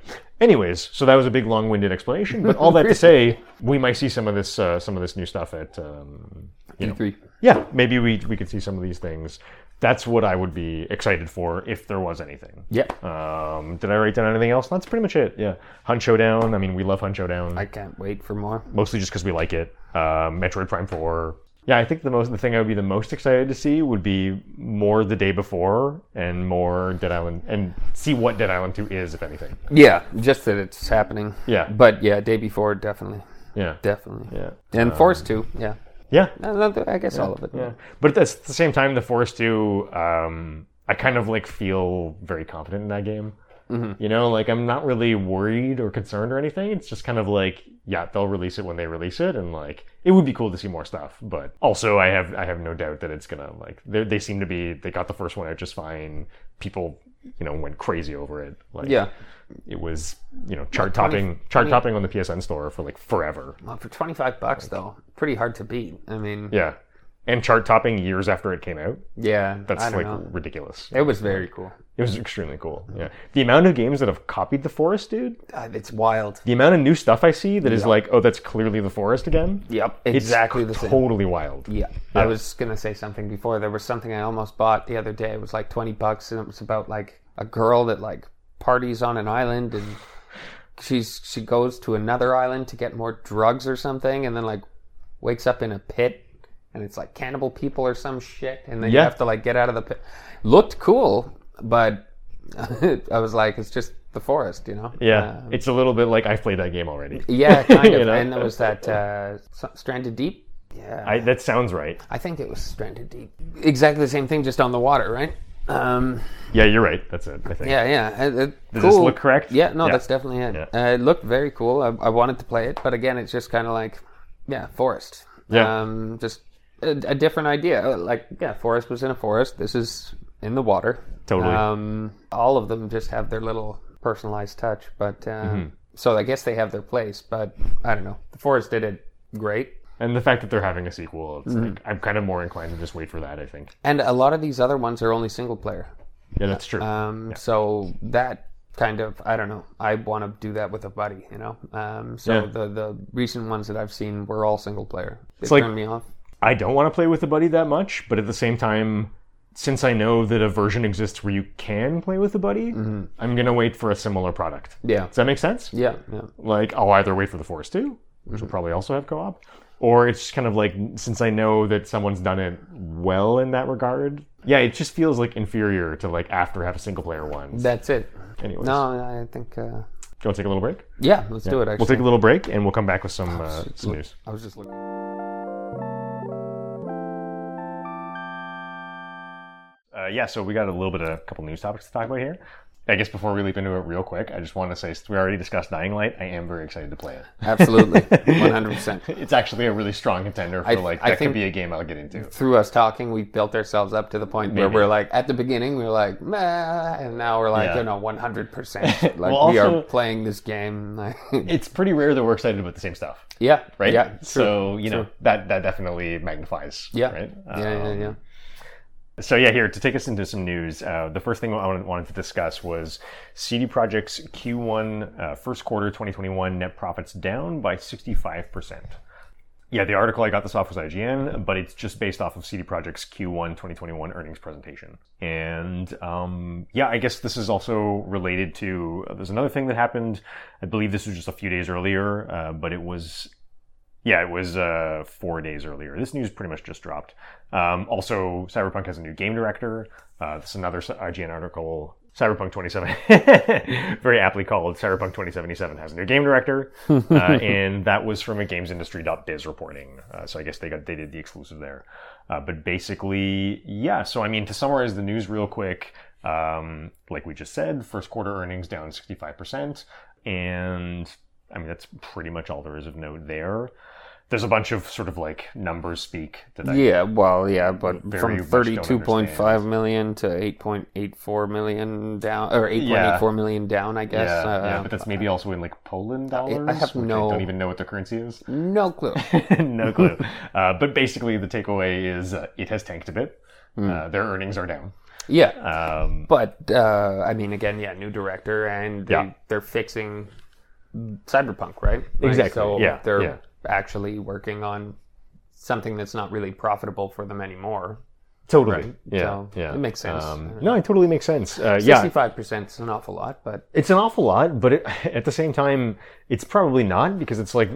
[SPEAKER 1] Anyways, so that was a big long-winded explanation, but all that to say, we might see some of this uh, some of this new stuff at um, you know,
[SPEAKER 2] E3.
[SPEAKER 1] yeah, maybe we we could see some of these things. That's what I would be excited for if there was anything.
[SPEAKER 2] Yeah.
[SPEAKER 1] Um, did I write down anything else? That's pretty much it. Yeah. Hunt Showdown. I mean, we love Hunt Showdown
[SPEAKER 2] I can't wait for more.
[SPEAKER 1] mostly just because we like it. Uh, Metroid Prime Four. Yeah, I think the most the thing I would be the most excited to see would be more the day before and more Dead Island and see what Dead Island Two is, if anything.
[SPEAKER 2] Yeah, just that it's happening.
[SPEAKER 1] Yeah.
[SPEAKER 2] But yeah, day before definitely,
[SPEAKER 1] Yeah.
[SPEAKER 2] definitely.
[SPEAKER 1] Yeah.
[SPEAKER 2] And Force Two. Yeah.
[SPEAKER 1] Yeah.
[SPEAKER 2] No, no, th- I guess all of it.
[SPEAKER 1] Yeah. But at the same time, the Force 2, um, I kind of like feel very confident in that game.
[SPEAKER 2] Mm-hmm.
[SPEAKER 1] You know, like I'm not really worried or concerned or anything. It's just kind of like, yeah, they'll release it when they release it, and like it would be cool to see more stuff. But also, I have I have no doubt that it's gonna like they they seem to be they got the first one out just fine. People, you know, went crazy over it. Like,
[SPEAKER 2] Yeah.
[SPEAKER 1] it was you know chart topping chart topping on the PSN store for like forever.
[SPEAKER 2] Well, for twenty five bucks though, pretty hard to beat. I mean,
[SPEAKER 1] Yeah, and chart topping years after it came out.
[SPEAKER 2] yeah.
[SPEAKER 1] That's
[SPEAKER 2] I don't
[SPEAKER 1] like
[SPEAKER 2] know.
[SPEAKER 1] ridiculous.
[SPEAKER 2] It was very cool.
[SPEAKER 1] It was extremely cool. Yeah. The amount of games that have copied the forest, dude.
[SPEAKER 2] Uh, it's wild.
[SPEAKER 1] The amount of new stuff I see that is like, oh, that's clearly the forest again.
[SPEAKER 2] Yep.
[SPEAKER 1] It's
[SPEAKER 2] Exactly the same.
[SPEAKER 1] Totally wild.
[SPEAKER 2] Yeah. I was going to say something before. There was something I almost bought the other day. It was like 20 bucks and it was about like a girl that like parties on an island and she's she goes to another island to get more drugs or something and then like wakes up in a pit and it's like cannibal people or some shit and then you
[SPEAKER 1] Yeah.
[SPEAKER 2] have to like get out of the pit. Looked cool, but I was like it's just the forest, you know.
[SPEAKER 1] Yeah. it's a little bit like I've played that game already.
[SPEAKER 2] Yeah, kind of.
[SPEAKER 1] You know?
[SPEAKER 2] And there was that uh, S- Stranded Deep. Yeah.
[SPEAKER 1] I, that sounds right.
[SPEAKER 2] I think it was Stranded Deep. Exactly the same thing, just on the water, right? Um,
[SPEAKER 1] Yeah, you're right. That's it. I think.
[SPEAKER 2] yeah, yeah. It, it-
[SPEAKER 1] Does
[SPEAKER 2] cool.
[SPEAKER 1] this look correct?
[SPEAKER 2] Yeah, no, that's definitely it.
[SPEAKER 1] Yeah.
[SPEAKER 2] Uh, it looked very cool. I, I wanted to play it, but again, it's just kind of like, yeah, forest.
[SPEAKER 1] Yeah.
[SPEAKER 2] Um, just a, a different idea. Uh, Like, yeah, forest was in a forest. This is in the water.
[SPEAKER 1] Totally.
[SPEAKER 2] Um, all of them just have their little personalized touch, but um,
[SPEAKER 1] Mm-hmm.
[SPEAKER 2] so I guess they have their place. But I don't know. The forest did it great.
[SPEAKER 1] And the fact that they're having a sequel,
[SPEAKER 2] mm-hmm.
[SPEAKER 1] it's like, I'm kind of more inclined to just wait for that. I think.
[SPEAKER 2] And a lot of these other ones are only single player.
[SPEAKER 1] Yeah, that's true.
[SPEAKER 2] Um, So that kind of, I don't know. I want to do that with a buddy, you know. Um, so
[SPEAKER 1] Yeah.
[SPEAKER 2] the the recent ones that I've seen were all single player. They
[SPEAKER 1] like-
[SPEAKER 2] turned me off.
[SPEAKER 1] I don't want to play with a buddy that much, but at the same time, since I know that a version exists where you can play with a buddy,
[SPEAKER 2] Mm-hmm.
[SPEAKER 1] I'm gonna wait for a similar product.
[SPEAKER 2] Yeah,
[SPEAKER 1] Does that make sense?
[SPEAKER 2] yeah, yeah.
[SPEAKER 1] like I'll either wait for the Force 2, which
[SPEAKER 2] Mhm.
[SPEAKER 1] will probably also have co-op, or it's just kind of like since I know that someone's done it well in that regard. Yeah, it just feels like inferior to like after have a single player one.
[SPEAKER 2] That's it.
[SPEAKER 1] Anyways,
[SPEAKER 2] No, I think. Uh,
[SPEAKER 1] do you want to take a little break?
[SPEAKER 2] yeah, let's do it. Actually,
[SPEAKER 1] We'll take a little break and we'll come back with some uh, some news.
[SPEAKER 2] I was just looking.
[SPEAKER 1] Uh, yeah, so we got a little bit of a couple news topics to talk about here. I guess before we leap into it real quick, I just want to say since we already discussed Dying Light. I am very excited to play it.
[SPEAKER 2] Absolutely, one hundred percent.
[SPEAKER 1] It's actually a really strong contender for like
[SPEAKER 2] I
[SPEAKER 1] that
[SPEAKER 2] think-
[SPEAKER 1] could be a game I'll get into.
[SPEAKER 2] Through us talking, we built ourselves up to the point where
[SPEAKER 1] Maybe.
[SPEAKER 2] we're like, at the beginning, we were like, meh, and now we're like,
[SPEAKER 1] Yeah.
[SPEAKER 2] you know, one hundred percent. Like
[SPEAKER 1] Well,
[SPEAKER 2] we
[SPEAKER 1] also-
[SPEAKER 2] are playing this game. Like,
[SPEAKER 1] It's pretty rare that we're excited about the same stuff.
[SPEAKER 2] yeah,
[SPEAKER 1] right?
[SPEAKER 2] Yeah, true.
[SPEAKER 1] So you know that that definitely magnifies.
[SPEAKER 2] yeah,
[SPEAKER 1] Right.
[SPEAKER 2] yeah, yeah,
[SPEAKER 1] Um,
[SPEAKER 2] yeah.
[SPEAKER 1] So yeah, here to take us into some news. Uh, the first thing I wanted- wanted to discuss was CD Projekt's Q1 uh, first quarter 2021 net profits down by 65 percent. Yeah, the article I got this off was IGN, but it's just based off of CD Projekt's Q1 2021 earnings presentation. And um, yeah, I guess this is also related to there's another thing that happened. I believe this uh, was just a few days earlier, uh, but it was Yeah, it was uh, four days earlier. This news pretty much just dropped. Um, also, Cyberpunk has a new game director. Uh, this is another IGN article. Cyberpunk 27, very aptly called Cyberpunk 2077, has a new game director, uh, and that was from a GamesIndustry.biz reporting. Uh, so I guess they got they did the exclusive there. Uh, but basically, yeah. So I mean, to summarize the news real quick, um, like we just said, first quarter earnings down 65%, and I mean that's pretty much all there is of note there. There's a bunch of sort of like numbers speak that I
[SPEAKER 2] yeah, well, yeah, but
[SPEAKER 1] Very
[SPEAKER 2] from
[SPEAKER 1] much don't
[SPEAKER 2] thirty-two point five million to eight point eight four million down, or eight point eight
[SPEAKER 1] Yeah.
[SPEAKER 2] four million down, I guess.
[SPEAKER 1] yeah, yeah,
[SPEAKER 2] Uh,
[SPEAKER 1] but that's maybe also in like Poland dollars.
[SPEAKER 2] have
[SPEAKER 1] which
[SPEAKER 2] no-
[SPEAKER 1] I don't even know what their currency is.
[SPEAKER 2] no clue.
[SPEAKER 1] no clue. uh, but basically, the takeaway is uh, it has tanked a bit. Uh, their earnings are down.
[SPEAKER 2] Yeah,
[SPEAKER 1] Um,
[SPEAKER 2] but uh, I mean, again, yeah, new director, and they,
[SPEAKER 1] Yeah.
[SPEAKER 2] they're fixing Cyberpunk, right? Like,
[SPEAKER 1] Exactly,
[SPEAKER 2] so
[SPEAKER 1] yeah,
[SPEAKER 2] they're
[SPEAKER 1] yeah.
[SPEAKER 2] actually working on something that's not really profitable for them anymore.
[SPEAKER 1] totally. Yeah.
[SPEAKER 2] So,
[SPEAKER 1] yeah.
[SPEAKER 2] it makes sense.
[SPEAKER 1] Um, no, it totally makes sense. Uh, yeah.
[SPEAKER 2] Sixty-five percent is an awful lot, but
[SPEAKER 1] It's an awful lot, but it, at the same time, it's probably not because it's like,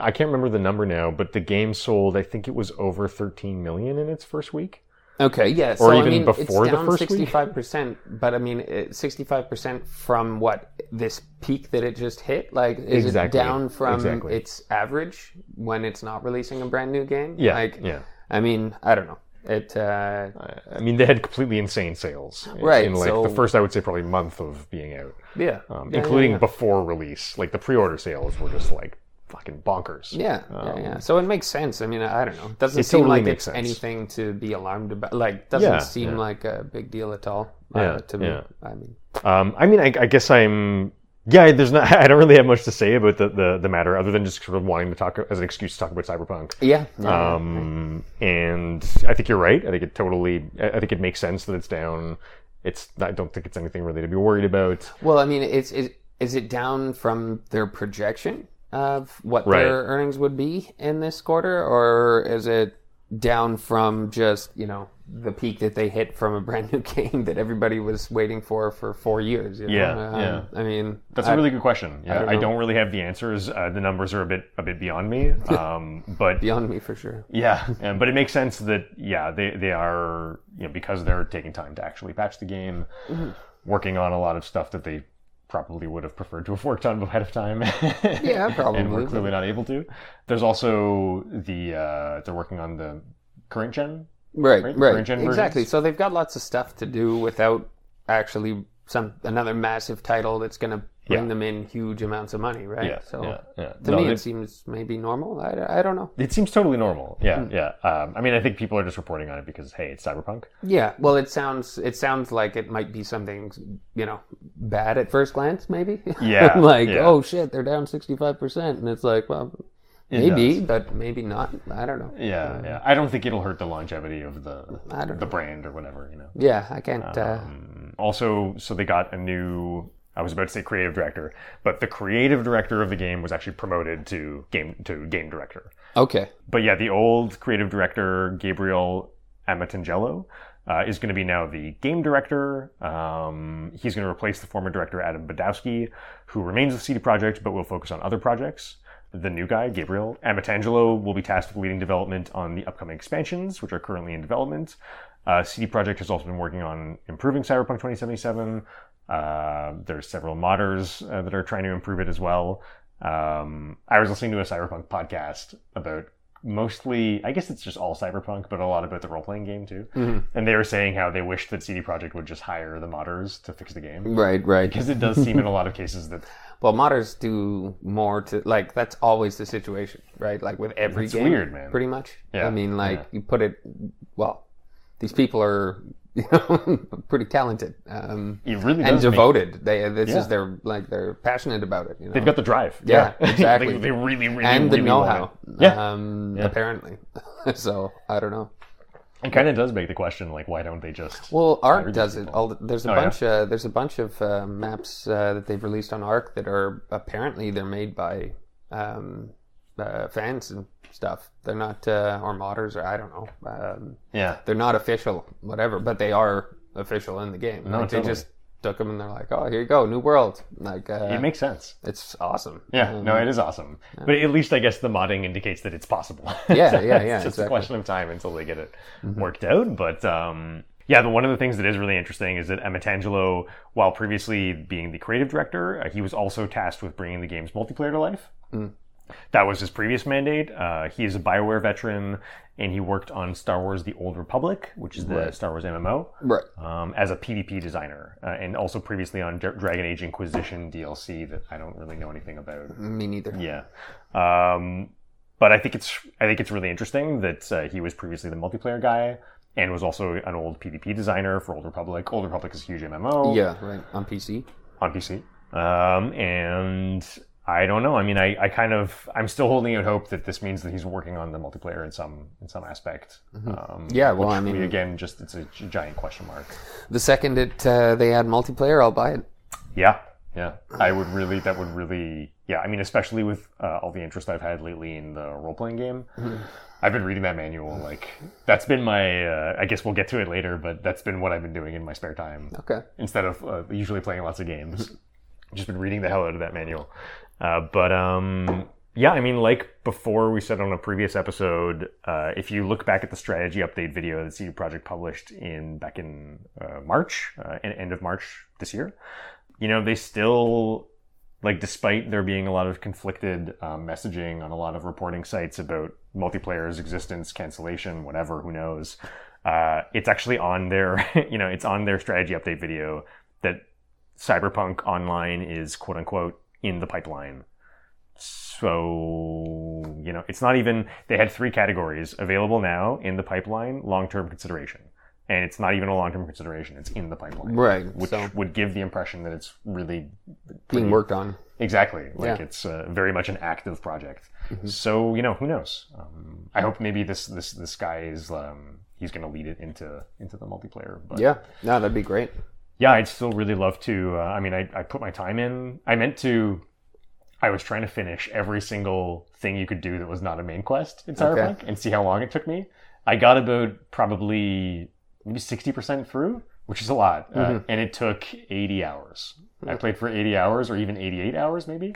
[SPEAKER 1] I can't remember the number now, but the game sold, I think it was over 13 million in its first week.
[SPEAKER 2] Okay, yeah.
[SPEAKER 1] Or
[SPEAKER 2] so,
[SPEAKER 1] even
[SPEAKER 2] I mean,
[SPEAKER 1] before the
[SPEAKER 2] it's down
[SPEAKER 1] first week?
[SPEAKER 2] 65%, but I mean, sixty-five percent from what this peak that it just hit. Like, is
[SPEAKER 1] Exactly,
[SPEAKER 2] it down from
[SPEAKER 1] exactly.
[SPEAKER 2] its average when it's not releasing a brand new game?
[SPEAKER 1] Yeah.
[SPEAKER 2] Like,
[SPEAKER 1] yeah.
[SPEAKER 2] I mean, I don't know. It. Uh,
[SPEAKER 1] I mean, they had completely insane sales. in-
[SPEAKER 2] Right,
[SPEAKER 1] In like
[SPEAKER 2] so-
[SPEAKER 1] the first, I would say, probably month of being out,
[SPEAKER 2] yeah.
[SPEAKER 1] um,
[SPEAKER 2] Yeah, yeah,
[SPEAKER 1] including
[SPEAKER 2] yeah.
[SPEAKER 1] before release. Like the pre order sales were just like fucking bonkers.
[SPEAKER 2] Yeah, yeah, yeah. So it makes sense. I mean, I don't know. It doesn't
[SPEAKER 1] um, It
[SPEAKER 2] seem
[SPEAKER 1] totally
[SPEAKER 2] like
[SPEAKER 1] makes
[SPEAKER 2] it's
[SPEAKER 1] sense.
[SPEAKER 2] anything to be alarmed about. Like, doesn't
[SPEAKER 1] Yeah,
[SPEAKER 2] seem
[SPEAKER 1] yeah.
[SPEAKER 2] like a big deal at all uh,
[SPEAKER 1] Yeah,
[SPEAKER 2] to me.
[SPEAKER 1] yeah.
[SPEAKER 2] I mean,
[SPEAKER 1] Um, I mean, I, I guess I'm. Yeah, there's not. I don't really have much to say about the, the, the matter other than just sort of wanting to talk as an excuse to talk about cyberpunk.
[SPEAKER 2] yeah. yeah.
[SPEAKER 1] Um, and I think you're right. I think it totally. I I think it makes sense that it's down. It's. I don't think it's anything really to be worried about.
[SPEAKER 2] Well, I mean, it's is is it down from their projection of what
[SPEAKER 1] Right.
[SPEAKER 2] their earnings would be in this quarter, or is it down from just you know the peak that they hit from a brand new game that everybody was waiting for for four years? you know?
[SPEAKER 1] Yeah,
[SPEAKER 2] Um,
[SPEAKER 1] yeah.
[SPEAKER 2] I mean,
[SPEAKER 1] That's a
[SPEAKER 2] I-
[SPEAKER 1] really good question. Yeah, I
[SPEAKER 2] don't
[SPEAKER 1] don't,
[SPEAKER 2] know.
[SPEAKER 1] really have the answers. Uh, the numbers are a bit a bit beyond me. Um, but
[SPEAKER 2] beyond me for sure.
[SPEAKER 1] Yeah, and, but it makes sense that yeah they they are you know because they're taking time to actually patch the game,
[SPEAKER 2] Mm-hmm.
[SPEAKER 1] working on a lot of stuff that they probably would have preferred to have worked on ahead of time.
[SPEAKER 2] Yeah,
[SPEAKER 1] and
[SPEAKER 2] probably.
[SPEAKER 1] we're clearly not able to. There's also the uh, they're working on the current gen.
[SPEAKER 2] Right,
[SPEAKER 1] Right?
[SPEAKER 2] right,
[SPEAKER 1] Current gen
[SPEAKER 2] exactly.
[SPEAKER 1] versions?
[SPEAKER 2] So they've got lots of stuff to do without actually some another massive title that's going to bring
[SPEAKER 1] Yeah.
[SPEAKER 2] them in huge amounts of money, right? so
[SPEAKER 1] yeah.
[SPEAKER 2] to
[SPEAKER 1] No,
[SPEAKER 2] me,
[SPEAKER 1] they-
[SPEAKER 2] it seems maybe normal. I, I don't know.
[SPEAKER 1] it seems totally normal. Yeah,
[SPEAKER 2] Mm.
[SPEAKER 1] yeah. Um, I mean, I think people are just reporting on it because hey, it's cyberpunk.
[SPEAKER 2] Yeah, well, it sounds it sounds like it might be something you know bad at first glance, maybe.
[SPEAKER 1] Yeah,
[SPEAKER 2] like
[SPEAKER 1] yeah.
[SPEAKER 2] oh shit, they're down sixty five percent, and it's like well,
[SPEAKER 1] It
[SPEAKER 2] maybe, but maybe not. I don't know.
[SPEAKER 1] Yeah, yeah. I don't think it'll hurt the longevity of the
[SPEAKER 2] I don't
[SPEAKER 1] the brand or whatever. You know.
[SPEAKER 2] Yeah, I can't. Uh,
[SPEAKER 1] Um, also, so they got a new. I was about to say creative director, but the creative director of the game was actually promoted to game to game director.
[SPEAKER 2] okay,
[SPEAKER 1] But yeah, the old creative director Gabriel Amatangelo uh, is going to be now the game director. Um, he's going to replace the former director Adam Badowski, who remains with CD Projekt but will focus on other projects. The new guy, Gabriel Amatangelo, will be tasked with leading development on the upcoming expansions, which are currently in development. Uh, CD Projekt has also been working on improving Cyberpunk 2077. Uh, there's several modders uh, that are trying to improve it as well. Um, I was listening to a Cyberpunk podcast about mostly, I guess it's just all Cyberpunk, but a lot about the role playing game too.
[SPEAKER 2] Mhm.
[SPEAKER 1] And they were saying how they wished that CD Projekt would just hire the modders to fix the game.
[SPEAKER 2] right, right.
[SPEAKER 1] Because it does seem in a lot of cases that
[SPEAKER 2] Well, modders do more to like that's always the situation, right? Like with every
[SPEAKER 1] That's
[SPEAKER 2] game,
[SPEAKER 1] weird, man.
[SPEAKER 2] Pretty much.
[SPEAKER 1] Yeah,
[SPEAKER 2] I mean, like you put it. Well, these people are you know pretty talented. Um,
[SPEAKER 1] it really
[SPEAKER 2] and
[SPEAKER 1] does. make-
[SPEAKER 2] devoted. They this
[SPEAKER 1] Yeah.
[SPEAKER 2] is their like they're passionate about it. You know?
[SPEAKER 1] they've got the drive.
[SPEAKER 2] Yeah, exactly.
[SPEAKER 1] they, they really, really,
[SPEAKER 2] and the
[SPEAKER 1] really want
[SPEAKER 2] know-how.
[SPEAKER 1] it. Yeah.
[SPEAKER 2] Um, Apparently, so I don't know.
[SPEAKER 1] It kind of does make the question, like, why don't they just?
[SPEAKER 2] Well,
[SPEAKER 1] Hire
[SPEAKER 2] Arc
[SPEAKER 1] these
[SPEAKER 2] does it. All there's a
[SPEAKER 1] Oh, yeah?
[SPEAKER 2] bunch. Uh, there's a bunch of uh, maps uh, that they've released on Arc that are apparently they're made by um, uh, fans and stuff. They're not uh, or modders or I don't know. Um,
[SPEAKER 1] yeah,
[SPEAKER 2] they're not official, whatever, but they are official in the game.
[SPEAKER 1] No,
[SPEAKER 2] Like,
[SPEAKER 1] totally.
[SPEAKER 2] They just took them and they're like, oh, here you go, new world. Like, uh,
[SPEAKER 1] It makes sense.
[SPEAKER 2] it's awesome.
[SPEAKER 1] Yeah, no,
[SPEAKER 2] Um,
[SPEAKER 1] it is awesome. But at least I guess the modding indicates that it's possible.
[SPEAKER 2] Yeah,
[SPEAKER 1] So
[SPEAKER 2] yeah,
[SPEAKER 1] it's just
[SPEAKER 2] yeah,
[SPEAKER 1] a
[SPEAKER 2] exactly. Mm-hmm.
[SPEAKER 1] question of time until they get it worked out. But um, yeah, but one of the things that is really interesting is that Emitangelo, while previously being the creative director, uh, he was also tasked with bringing the game's multiplayer to life.
[SPEAKER 2] Mm.
[SPEAKER 1] That was his previous mandate. Uh, he is a Bioware veteran, and he worked on Star Wars: The Old Republic, which is the Star Wars MMO
[SPEAKER 2] Right.
[SPEAKER 1] um, as a PvP designer, uh, and also previously on Dra- Dragon Age Inquisition DLC that I don't really know anything about.
[SPEAKER 2] Me neither.
[SPEAKER 1] Yeah, um, but I think it's I think it's really interesting that uh, he was previously the multiplayer guy and was also an old PvP designer for Old Republic. Old Republic is a huge MMO
[SPEAKER 2] Yeah, right. On PC.
[SPEAKER 1] on PC, um, and I don't know. I mean, I, I kind of I'm still holding out hope that this means that he's working on the multiplayer in some in some aspect. Um,
[SPEAKER 2] Mm-hmm. Yeah, well, I
[SPEAKER 1] we,
[SPEAKER 2] mean,
[SPEAKER 1] again, just it's a gi- giant question mark.
[SPEAKER 2] the second it uh, they add multiplayer, I'll buy it.
[SPEAKER 1] Yeah, yeah. I would really, that would really, yeah. I mean, especially with uh, all the interest I've had lately in the role playing game, I've been reading that manual. Like, that's been my, uh, I guess we'll get to it later, but that's been what I've been doing in my spare time
[SPEAKER 2] Okay.
[SPEAKER 1] instead of uh, usually playing lots of games. Just been reading the hell out of that manual. Uh, but um, yeah, I mean, like before we said on a previous episode, uh, if you look back at the strategy update video that CD Projekt published in back in uh, March, uh, en- end of March this year, you know they still like despite there being a lot of conflicted um, messaging on a lot of reporting sites about multiplayer's existence cancellation whatever who knows uh, it's actually on their you know it's on their strategy update video that cyberpunk online is quote unquote in the pipeline so you know it's not even they had three categories available now in the pipeline long-term consideration and it's not even a long-term consideration it's in the pipeline
[SPEAKER 2] Right.
[SPEAKER 1] which
[SPEAKER 2] so
[SPEAKER 1] would give the impression that it's really
[SPEAKER 2] being worked on.
[SPEAKER 1] exactly like
[SPEAKER 2] Yeah. Mm-hmm.
[SPEAKER 1] it's uh, very much an active project. So you know, who knows? Um, I hope maybe this this this guy is um, he's going to lead it into into the multiplayer. But
[SPEAKER 2] Yeah. No, that'd be great.
[SPEAKER 1] yeah, I'd still really love to. Uh, I mean, I, I put my time in. I meant to. I was trying to finish every single thing you could do that was not a main quest in Cyberpunk and see how long it took me. I got about probably maybe sixty percent through, which is a lot,
[SPEAKER 2] Mm-hmm.
[SPEAKER 1] uh, and it took eighty hours. I
[SPEAKER 2] Mm.
[SPEAKER 1] played for eighty hours, or even eighty-eight hours, maybe,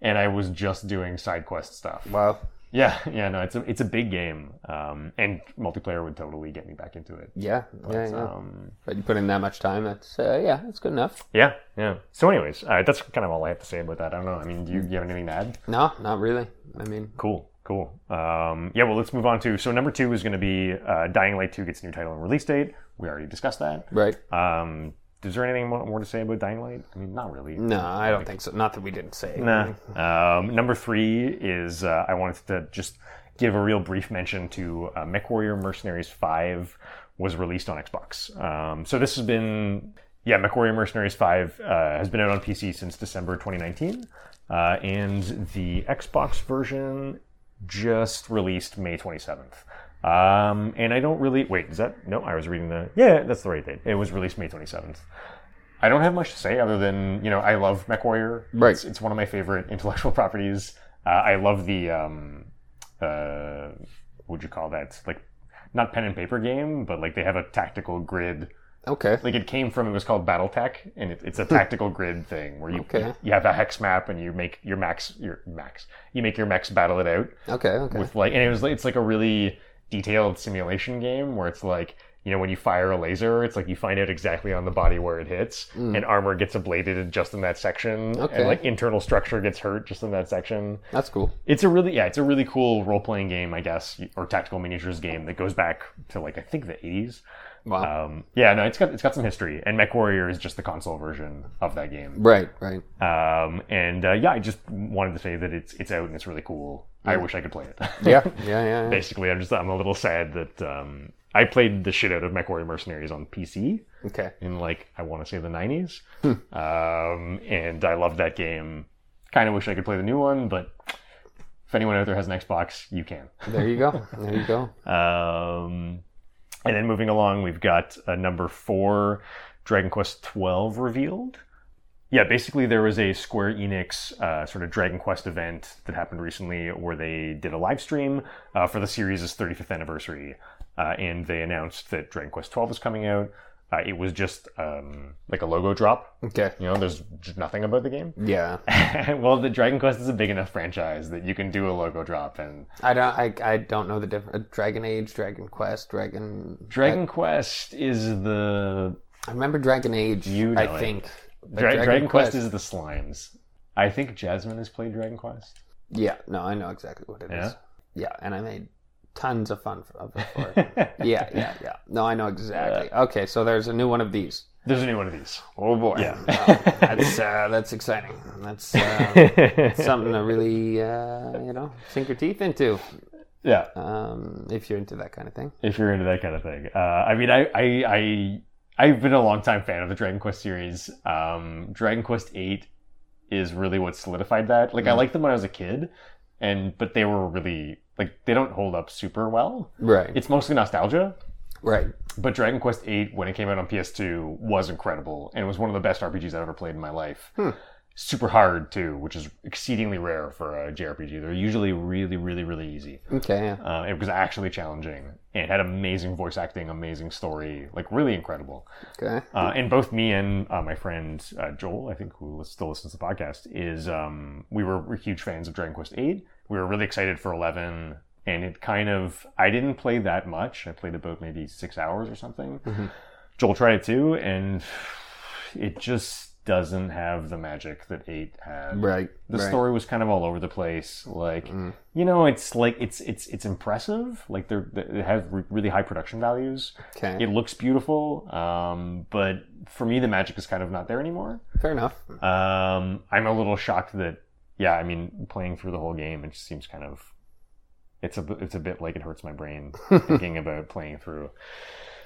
[SPEAKER 1] and I was just doing side quest stuff.
[SPEAKER 2] Wow.
[SPEAKER 1] Yeah, yeah, no, it's a it's a big game, um, and multiplayer would totally get me back into it.
[SPEAKER 2] Yeah. Yeah. yeah.
[SPEAKER 1] Um,
[SPEAKER 2] But you put in that much time. That's uh, yeah. That's good enough.
[SPEAKER 1] Yeah, yeah. So, anyways, uh, that's kind of all I have to say about that. I don't know. I mean, do you, do you have anything to add?
[SPEAKER 2] No, not really. I mean,
[SPEAKER 1] Cool, cool. Um, yeah, well, let's move on to. So, number two is going to be uh, Dying Light 2 gets a new title and release date. We already discussed that.
[SPEAKER 2] right?
[SPEAKER 1] Um, is there anything mo- more to say about Dying Light? I mean, not really.
[SPEAKER 2] No, I don't think so. Not that we didn't say. it.
[SPEAKER 1] Nah. Um, number three is uh, I wanted to just give a real brief mention to uh, MechWarrior Mercenaries 5 was released on Xbox. Um, so this has been, yeah, MechWarrior Mercenaries 5 uh, has been out on PC since December 2019. Uh, and the Xbox version just released May 27th. Um, and I don't really, wait, is that, no, I was reading the, yeah, that's the right date. It was released May 27th. I don't have much to say other than you know I love MechWarrior.
[SPEAKER 2] Right.
[SPEAKER 1] It's, it's one of my favorite intellectual properties. Uh, I love the um, uh, what would you call that? Like not pen and paper game, but like they have a tactical grid.
[SPEAKER 2] Okay.
[SPEAKER 1] Like it came from it was called BattleTech, and it, it's a tactical grid thing where you
[SPEAKER 2] Hmm. Okay.
[SPEAKER 1] you have a hex map and you make your max your max you make your mechs battle it out
[SPEAKER 2] Okay. Okay.
[SPEAKER 1] with like and it was like- it's like a really detailed simulation game where it's like you know when you fire a laser it's like you find out exactly on the body where it hits and armor gets ablated just in that section
[SPEAKER 2] Mm. Okay.
[SPEAKER 1] and like internal structure gets hurt just in that section
[SPEAKER 2] That's cool.
[SPEAKER 1] it's a really yeah it's a really cool role-playing game i guess or tactical miniatures game that goes back to like i think the 80s
[SPEAKER 2] Wow.
[SPEAKER 1] um, yeah no it's got it's got some history and mechwarrior is just the console version of that game
[SPEAKER 2] right. Right.
[SPEAKER 1] um, and uh, yeah i just wanted to say that it's it's out and it's really cool i wish i could play it
[SPEAKER 2] Yeah. Yeah. Yeah. yeah.
[SPEAKER 1] basically i'm just i'm a little sad that um i played the shit out of mechwarrior mercenaries on pc
[SPEAKER 2] Okay.
[SPEAKER 1] in like i want to say the 90s um and i loved that game kind of wish i could play the new one but if anyone out there has an xbox you can
[SPEAKER 2] There you go. There you go.
[SPEAKER 1] um and then moving along we've got uh, number four dragon quest 12 revealed yeah, basically there was a Square Enix uh, sort of Dragon Quest event that happened recently where they did a live stream uh, for the series' 35th anniversary, uh, and they announced that Dragon Quest 12 is coming out. Uh, it was just um, like a logo drop.
[SPEAKER 2] Okay.
[SPEAKER 1] You know, there's j- nothing about the game.
[SPEAKER 2] Yeah.
[SPEAKER 1] well, the Dragon Quest is a big enough franchise that you can do a logo drop and
[SPEAKER 2] I don't. I, I don't know the difference. Dragon Age, Dragon Quest, Dragon.
[SPEAKER 1] Dragon Quest is the
[SPEAKER 2] I remember Dragon Age.
[SPEAKER 1] You know
[SPEAKER 2] I
[SPEAKER 1] it.
[SPEAKER 2] think. But
[SPEAKER 1] Dra- Dragon, Quest. is the slimes. I think Jasmine has played Dragon Quest.
[SPEAKER 2] Yeah. No, I know exactly what it is.
[SPEAKER 1] Yeah?
[SPEAKER 2] Yeah, and I made tons of fun of it for it. yeah, yeah, yeah. No, I know exactly. Okay, so there's a new one of these.
[SPEAKER 1] There's a new one of these.
[SPEAKER 2] Oh boy.
[SPEAKER 1] Yeah.
[SPEAKER 2] Wow. that's uh, that's exciting. That's uh,
[SPEAKER 1] um,
[SPEAKER 2] something to really uh, you know sink your teeth into
[SPEAKER 1] yeah,
[SPEAKER 2] um, if you're into that kind of thing.
[SPEAKER 1] if you're into that kind of thing. Uh, I mean, I, I, I, I've been a long time fan of the Dragon Quest series. Um, Dragon Quest Eight is really what solidified that. Like, I liked them when I was a kid, and but they were really like they don't hold up super well.
[SPEAKER 2] Right.
[SPEAKER 1] It's mostly nostalgia,
[SPEAKER 2] right.
[SPEAKER 1] but Dragon Quest VIII, when it came out on PS2, was incredible and it was one of the best RPGs I've ever played in my life.
[SPEAKER 2] Hmm.
[SPEAKER 1] Super hard too, which is exceedingly rare for a JRPG. They're usually really, really, really easy.
[SPEAKER 2] Okay. Yeah.
[SPEAKER 1] Uh, it was actually challenging. and It had amazing voice acting, amazing story, like really incredible.
[SPEAKER 2] Okay.
[SPEAKER 1] Uh, and both me and uh, my friend uh, Joel, I think, who still listens to the podcast, is um, we were we're huge fans of Dragon Quest VIII. We were really excited for Eleven, and it kind of I didn't play that much. I played about maybe six hours or something.
[SPEAKER 2] Mhm.
[SPEAKER 1] Joel tried it too, and it just doesn't have the magic that Eight had.
[SPEAKER 2] Right.
[SPEAKER 1] The
[SPEAKER 2] right.
[SPEAKER 1] story was kind of all over the place. Like
[SPEAKER 2] Mm.
[SPEAKER 1] you know, it's like it's it's it's impressive. Like they're they have re- really high production values.
[SPEAKER 2] Okay.
[SPEAKER 1] It looks beautiful, um, but for me, the magic is kind of not there anymore.
[SPEAKER 2] Fair enough.
[SPEAKER 1] Um, I'm a little shocked that, yeah, I mean, playing through the whole game, it just seems kind of, it's a, b- it's a bit like it hurts my brain thinking about playing through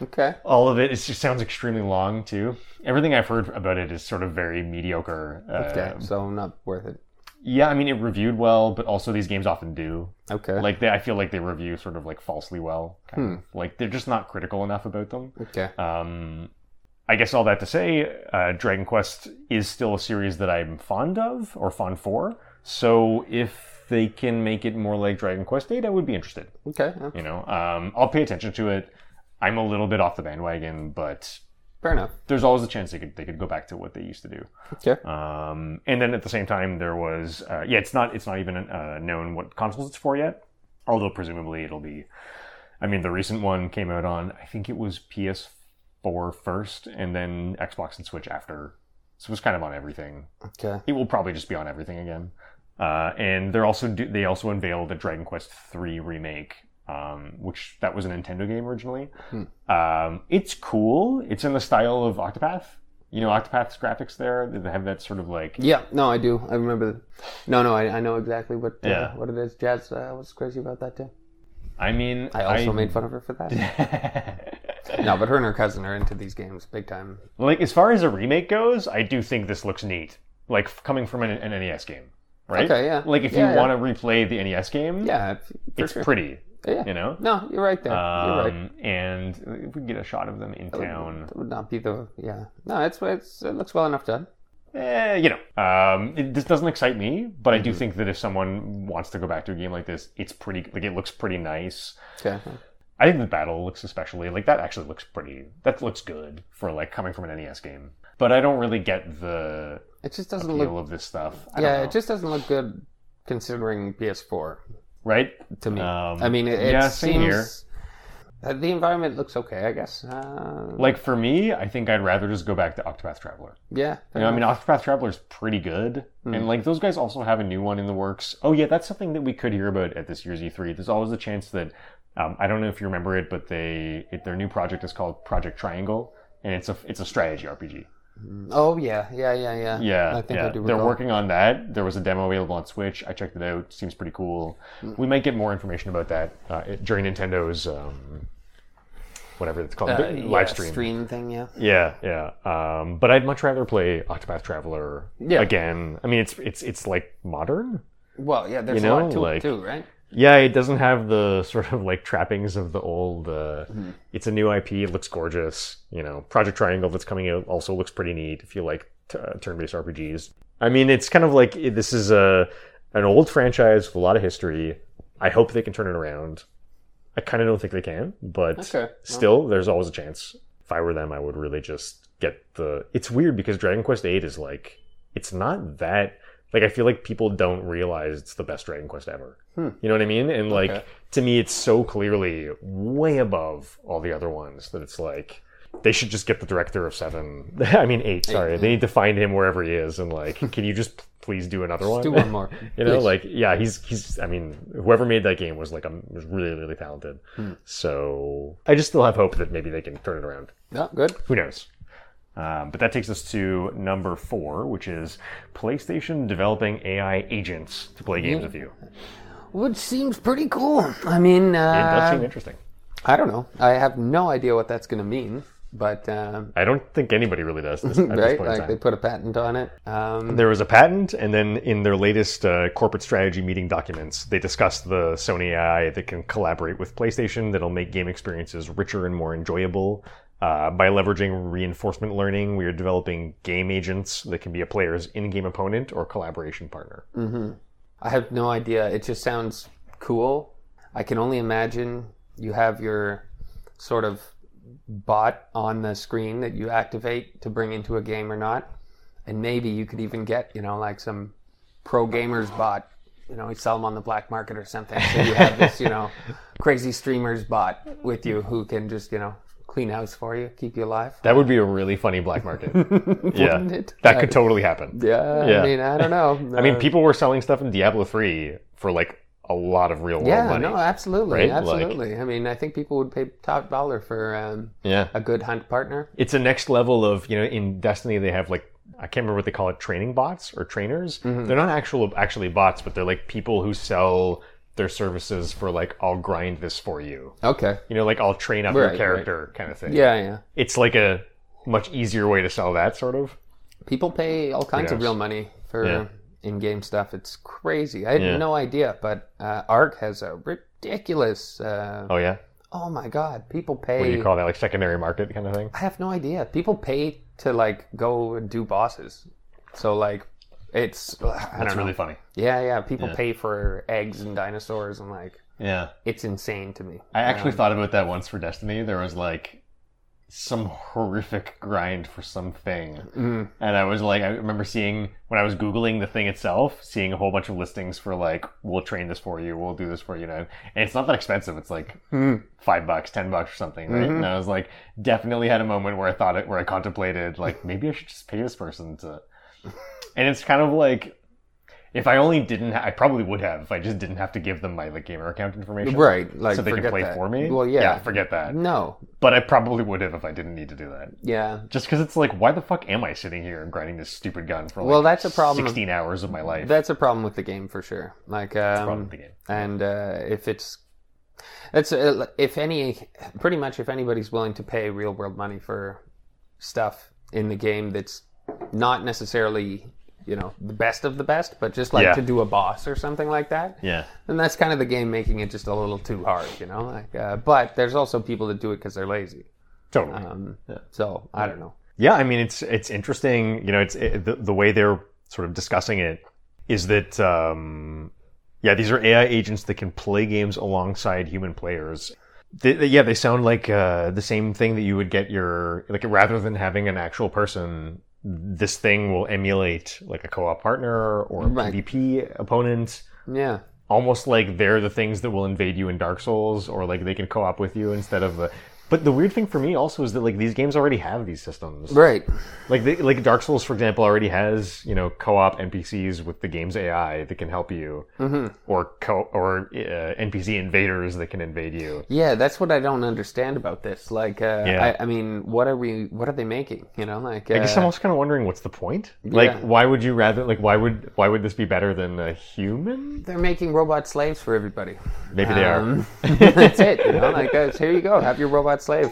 [SPEAKER 2] Okay.
[SPEAKER 1] all of it. It just sounds extremely long too. Everything I've heard about it is sort of very mediocre. Uh,
[SPEAKER 2] Okay. so not worth it.
[SPEAKER 1] Yeah, I mean, it reviewed well, but also these games often do.
[SPEAKER 2] Okay.
[SPEAKER 1] Like, they, I feel like they review sort of like falsely well. Kind
[SPEAKER 2] Hmm.
[SPEAKER 1] of. Like, they're just not critical enough about them.
[SPEAKER 2] okay.
[SPEAKER 1] Um, I guess all that to say, uh, Dragon Quest is still a series that I'm fond of or fond for. So if they can make it more like Dragon Quest Eight, I would be interested.
[SPEAKER 2] Okay. yeah,
[SPEAKER 1] You know, um, I'll pay attention to it. I'm a little bit off the bandwagon, but
[SPEAKER 2] Fair enough.
[SPEAKER 1] there's always a chance they could they could go back to what they used to do.
[SPEAKER 2] Okay.
[SPEAKER 1] Um, and then at the same time, there was uh, yeah, it's not it's not even uh, known what consoles it's for yet. Although presumably it'll be. I mean, the recent one came out on I think it was PS4 first, and then Xbox and Switch after. So it was kind of on everything.
[SPEAKER 2] Okay.
[SPEAKER 1] It will probably just be on everything again. Uh, and they're also do, they also unveiled the Dragon Quest III remake, um, which that was a Nintendo game originally.
[SPEAKER 2] Hmm.
[SPEAKER 1] Um, it's cool. It's in the style of Octopath. You know, Octopath's graphics there. They have that sort of like
[SPEAKER 2] Yeah. No, I do. I remember. The... No, no, I, I know exactly what uh,
[SPEAKER 1] Yeah.
[SPEAKER 2] what it is. Jazz uh, was crazy about that too.
[SPEAKER 1] I mean,
[SPEAKER 2] I also made fun of her for that. no, but her and her cousin are into these games big time.
[SPEAKER 1] like as far as a remake goes, I do think this looks neat. Like f- coming from an, an NES game, right?
[SPEAKER 2] Okay, yeah.
[SPEAKER 1] Like if
[SPEAKER 2] Yeah,
[SPEAKER 1] you
[SPEAKER 2] yeah.
[SPEAKER 1] want to replay the NES game,
[SPEAKER 2] Yeah, f- for
[SPEAKER 1] it's
[SPEAKER 2] sure.
[SPEAKER 1] pretty.
[SPEAKER 2] Yeah.
[SPEAKER 1] You know.
[SPEAKER 2] No, you're right there. you're right.
[SPEAKER 1] Um, And if we can get a shot of them in town,
[SPEAKER 2] That would not be the yeah. No, it's it's it looks well enough done.
[SPEAKER 1] eh, you know, um, it, this doesn't excite me, but I
[SPEAKER 2] Mm-hmm.
[SPEAKER 1] do think that if someone wants to go back to a game like this, it's pretty. Like it looks pretty nice.
[SPEAKER 2] Okay.
[SPEAKER 1] I think the battle looks especially like that. Actually, looks pretty. That looks good for like coming from an NES game. But I don't really get the
[SPEAKER 2] It just doesn't
[SPEAKER 1] appeal
[SPEAKER 2] look
[SPEAKER 1] of this stuff. I don't
[SPEAKER 2] yeah.
[SPEAKER 1] know.
[SPEAKER 2] It just doesn't look good considering PS4
[SPEAKER 1] right.
[SPEAKER 2] to me.
[SPEAKER 1] Um,
[SPEAKER 2] I mean, it, it
[SPEAKER 1] yeah, same
[SPEAKER 2] seems
[SPEAKER 1] here.
[SPEAKER 2] uh, the environment looks okay. I guess. Uh,
[SPEAKER 1] Like for me, I think I'd rather just go back to Octopath Traveler.
[SPEAKER 2] yeah.
[SPEAKER 1] You know, I mean, Octopath Traveler's pretty good,
[SPEAKER 2] Hmm.
[SPEAKER 1] and like those guys also have a new one in the works. Oh yeah, that's something that we could hear about at this year's E3. There's always a chance that um, I don't know if you remember it, but they it, their new project is called Project Triangle, and it's a it's a strategy RPG.
[SPEAKER 2] oh yeah, yeah, yeah, yeah.
[SPEAKER 1] Yeah,
[SPEAKER 2] I think
[SPEAKER 1] yeah.
[SPEAKER 2] I do.
[SPEAKER 1] They're
[SPEAKER 2] recall.
[SPEAKER 1] working on that. There was a demo available on Switch. I checked it out. Seems pretty cool.
[SPEAKER 2] Hmm.
[SPEAKER 1] We might get more information about that uh, it- during Nintendo's um, whatever it's called
[SPEAKER 2] Uh,
[SPEAKER 1] the-
[SPEAKER 2] yeah,
[SPEAKER 1] live stream.
[SPEAKER 2] thing. Yeah.
[SPEAKER 1] Yeah, yeah. Um, but I'd much rather play Octopath Traveler
[SPEAKER 2] Yeah.
[SPEAKER 1] again. I mean, it's it's it's like modern.
[SPEAKER 2] Well, yeah. There's
[SPEAKER 1] You
[SPEAKER 2] a
[SPEAKER 1] know,
[SPEAKER 2] lot to
[SPEAKER 1] like-
[SPEAKER 2] it too, right?
[SPEAKER 1] Yeah, it doesn't have the sort of like trappings of the old. Uh,
[SPEAKER 2] Mm-hmm.
[SPEAKER 1] It's a new IP. It looks gorgeous. You know, Project Triangle that's coming out also looks pretty neat. If you like t- uh, turn-based RPGs, I mean, it's kind of like it- this is a an old franchise with a lot of history. I hope they can turn it around. I kind of don't think they can, but
[SPEAKER 2] Okay.
[SPEAKER 1] still, there's always a chance. If I were them, I would really just get the. It's weird because Dragon Quest VIII is like it's not that. Like I feel like people don't realize it's the best Dragon Quest ever. You know what I mean? And like
[SPEAKER 2] Okay.
[SPEAKER 1] to me, it's so clearly way above all the other ones that it's like they should just get the director of seven. I mean eight. Sorry, they need to find him wherever he is and like, can you just p- please do another one?
[SPEAKER 2] Let's do one more.
[SPEAKER 1] You know,
[SPEAKER 2] Please.
[SPEAKER 1] like yeah, he's he's. I mean, whoever made that game was like um was really really talented. So Hmm. I just still have hope that maybe they can turn it around.
[SPEAKER 2] no, good.
[SPEAKER 1] Who knows? Um, but that takes us to number four, which is PlayStation developing AI agents to play games with you.
[SPEAKER 2] Which seems pretty cool. I mean,
[SPEAKER 1] It does seem
[SPEAKER 2] uh,
[SPEAKER 1] interesting.
[SPEAKER 2] I don't know. I have no idea what that's going to mean, but um,
[SPEAKER 1] I don't think anybody really does this at this
[SPEAKER 2] right,
[SPEAKER 1] point in
[SPEAKER 2] like
[SPEAKER 1] time.
[SPEAKER 2] they put a patent on it. Um,
[SPEAKER 1] There was a patent, and then in their latest uh, corporate strategy meeting documents, they discussed the Sony AI that can collaborate with PlayStation that'll make game experiences richer and more enjoyable. Uh, by leveraging reinforcement learning, we are developing game agents that can be a player's in game opponent or collaboration partner.
[SPEAKER 2] I have no idea. It just sounds cool. I can only imagine you have your sort of bot on the screen that you activate to bring into a game or not. And maybe you could even get, you know, like some pro gamers bot. You know, you sell them on the black market or something. So you have this, you know, crazy streamers bot with you who can just, you know, clean house for you, keep you alive.
[SPEAKER 1] That would be a really funny black market. yeah.
[SPEAKER 2] Wouldn't it?
[SPEAKER 1] That could totally happen.
[SPEAKER 2] Yeah,
[SPEAKER 1] Yeah.
[SPEAKER 2] I mean, I don't know.
[SPEAKER 1] I mean, people were selling stuff in Diablo 3 for like a lot of real world
[SPEAKER 2] yeah,
[SPEAKER 1] money.
[SPEAKER 2] no, absolutely,
[SPEAKER 1] right? Like-
[SPEAKER 2] absolutely. I mean, I think people would pay top dollar for um,
[SPEAKER 1] yeah.
[SPEAKER 2] a good hunt partner.
[SPEAKER 1] it's a next level of you know in destiny they have like i can't remember what they call it training bots or trainers they're not actual actually bots but they're like people who sell their services for like i'll grind this for you
[SPEAKER 2] Okay.
[SPEAKER 1] you know like i'll train up
[SPEAKER 2] Right,
[SPEAKER 1] your
[SPEAKER 2] right.
[SPEAKER 1] character kind of thing
[SPEAKER 2] Yeah, yeah.
[SPEAKER 1] it's like a much easier way to sell that sort of
[SPEAKER 2] People pay all kinds of
[SPEAKER 1] knows?
[SPEAKER 2] real money for
[SPEAKER 1] Yeah.
[SPEAKER 2] in-game stuff. It's crazy. I had
[SPEAKER 1] Yeah.
[SPEAKER 2] no idea, but uh, Arc has a ridiculous. Uh,
[SPEAKER 1] oh yeah
[SPEAKER 2] oh my God! People pay.
[SPEAKER 1] what do you call that like secondary market kind of thing
[SPEAKER 2] I have no idea. People pay to like go and do bosses. So like, it's I don't
[SPEAKER 1] that's
[SPEAKER 2] know.
[SPEAKER 1] really funny
[SPEAKER 2] yeah, yeah. People pay for eggs and dinosaurs and like.
[SPEAKER 1] yeah
[SPEAKER 2] It's insane to me. Um,
[SPEAKER 1] I actually thought about that once for Destiny. There was like some horrific grind for something,
[SPEAKER 2] mm,
[SPEAKER 1] and I was like, I remember seeing when I was googling the thing itself, seeing a whole bunch of listings for like, we'll train this for you, we'll do this for you, you know? and it's not that expensive. It's like
[SPEAKER 2] mm.
[SPEAKER 1] five bucks, ten bucks, or something, right?
[SPEAKER 2] Mm-hmm.
[SPEAKER 1] And I was like, definitely had a moment where I thought it, where I contemplated like, maybe I should just pay this person to, and it's kind of like. If I only didn't, ha- I probably would have. If I just didn't have to give them my like gamer account information,
[SPEAKER 2] Right, like
[SPEAKER 1] so they can
[SPEAKER 2] forget
[SPEAKER 1] play
[SPEAKER 2] that.
[SPEAKER 1] for me.
[SPEAKER 2] Well, yeah.
[SPEAKER 1] forget that.
[SPEAKER 2] No,
[SPEAKER 1] But I probably would have if I didn't need to do that.
[SPEAKER 2] yeah,
[SPEAKER 1] Just because it's like, why the fuck am I sitting here and grinding this stupid gun for like
[SPEAKER 2] Well, that's a problem.
[SPEAKER 1] sixteen hours of my life?
[SPEAKER 2] that's a problem with the game for sure. Like,
[SPEAKER 1] Problem with
[SPEAKER 2] um,
[SPEAKER 1] the game.
[SPEAKER 2] and uh, if it's that's uh, if any, pretty much if anybody's willing to pay real world money for stuff in the game that's not necessarily you know the best of the best, but just like
[SPEAKER 1] Yeah.
[SPEAKER 2] to do a boss or something like that.
[SPEAKER 1] Yeah,
[SPEAKER 2] And that's kind of the game making it just a little too hard, you know. Like, uh, but there's also people that do it because they're lazy.
[SPEAKER 1] totally.
[SPEAKER 2] Um, So I don't know.
[SPEAKER 1] Yeah, I mean it's it's interesting. You know, it's it, the, the way they're sort of discussing it is that um, yeah, these are AI agents that can play games alongside human players. They, they- yeah, they sound like uh, the same thing that you would get your like rather than having an actual person, this thing will emulate like a co-op partner or a
[SPEAKER 2] Right.
[SPEAKER 1] PvP opponent.
[SPEAKER 2] Yeah.
[SPEAKER 1] Almost like they're the things that will invade you in Dark Souls, or like they can co-op with you instead of the. But the weird thing for me also is that like these games already have these systems
[SPEAKER 2] Right.
[SPEAKER 1] like the, like Dark Souls, for example, already has you know co-op NPCs with the game's AI that can help you,
[SPEAKER 2] Mm-hmm.
[SPEAKER 1] or co or uh, NPC invaders that can invade you.
[SPEAKER 2] Yeah, that's what I don't understand about this. Like, uh,
[SPEAKER 1] Yeah.
[SPEAKER 2] I, I mean, what are we? What are they making? You know, like, uh,
[SPEAKER 1] I guess I'm also kind of wondering what's the point. Like,
[SPEAKER 2] Yeah.
[SPEAKER 1] why would you rather like why would why would this be better than a human?
[SPEAKER 2] they're making robot slaves for everybody.
[SPEAKER 1] Maybe they
[SPEAKER 2] Um,
[SPEAKER 1] are.
[SPEAKER 2] that's it. You know, like, that's, here you go. Have your robot slave.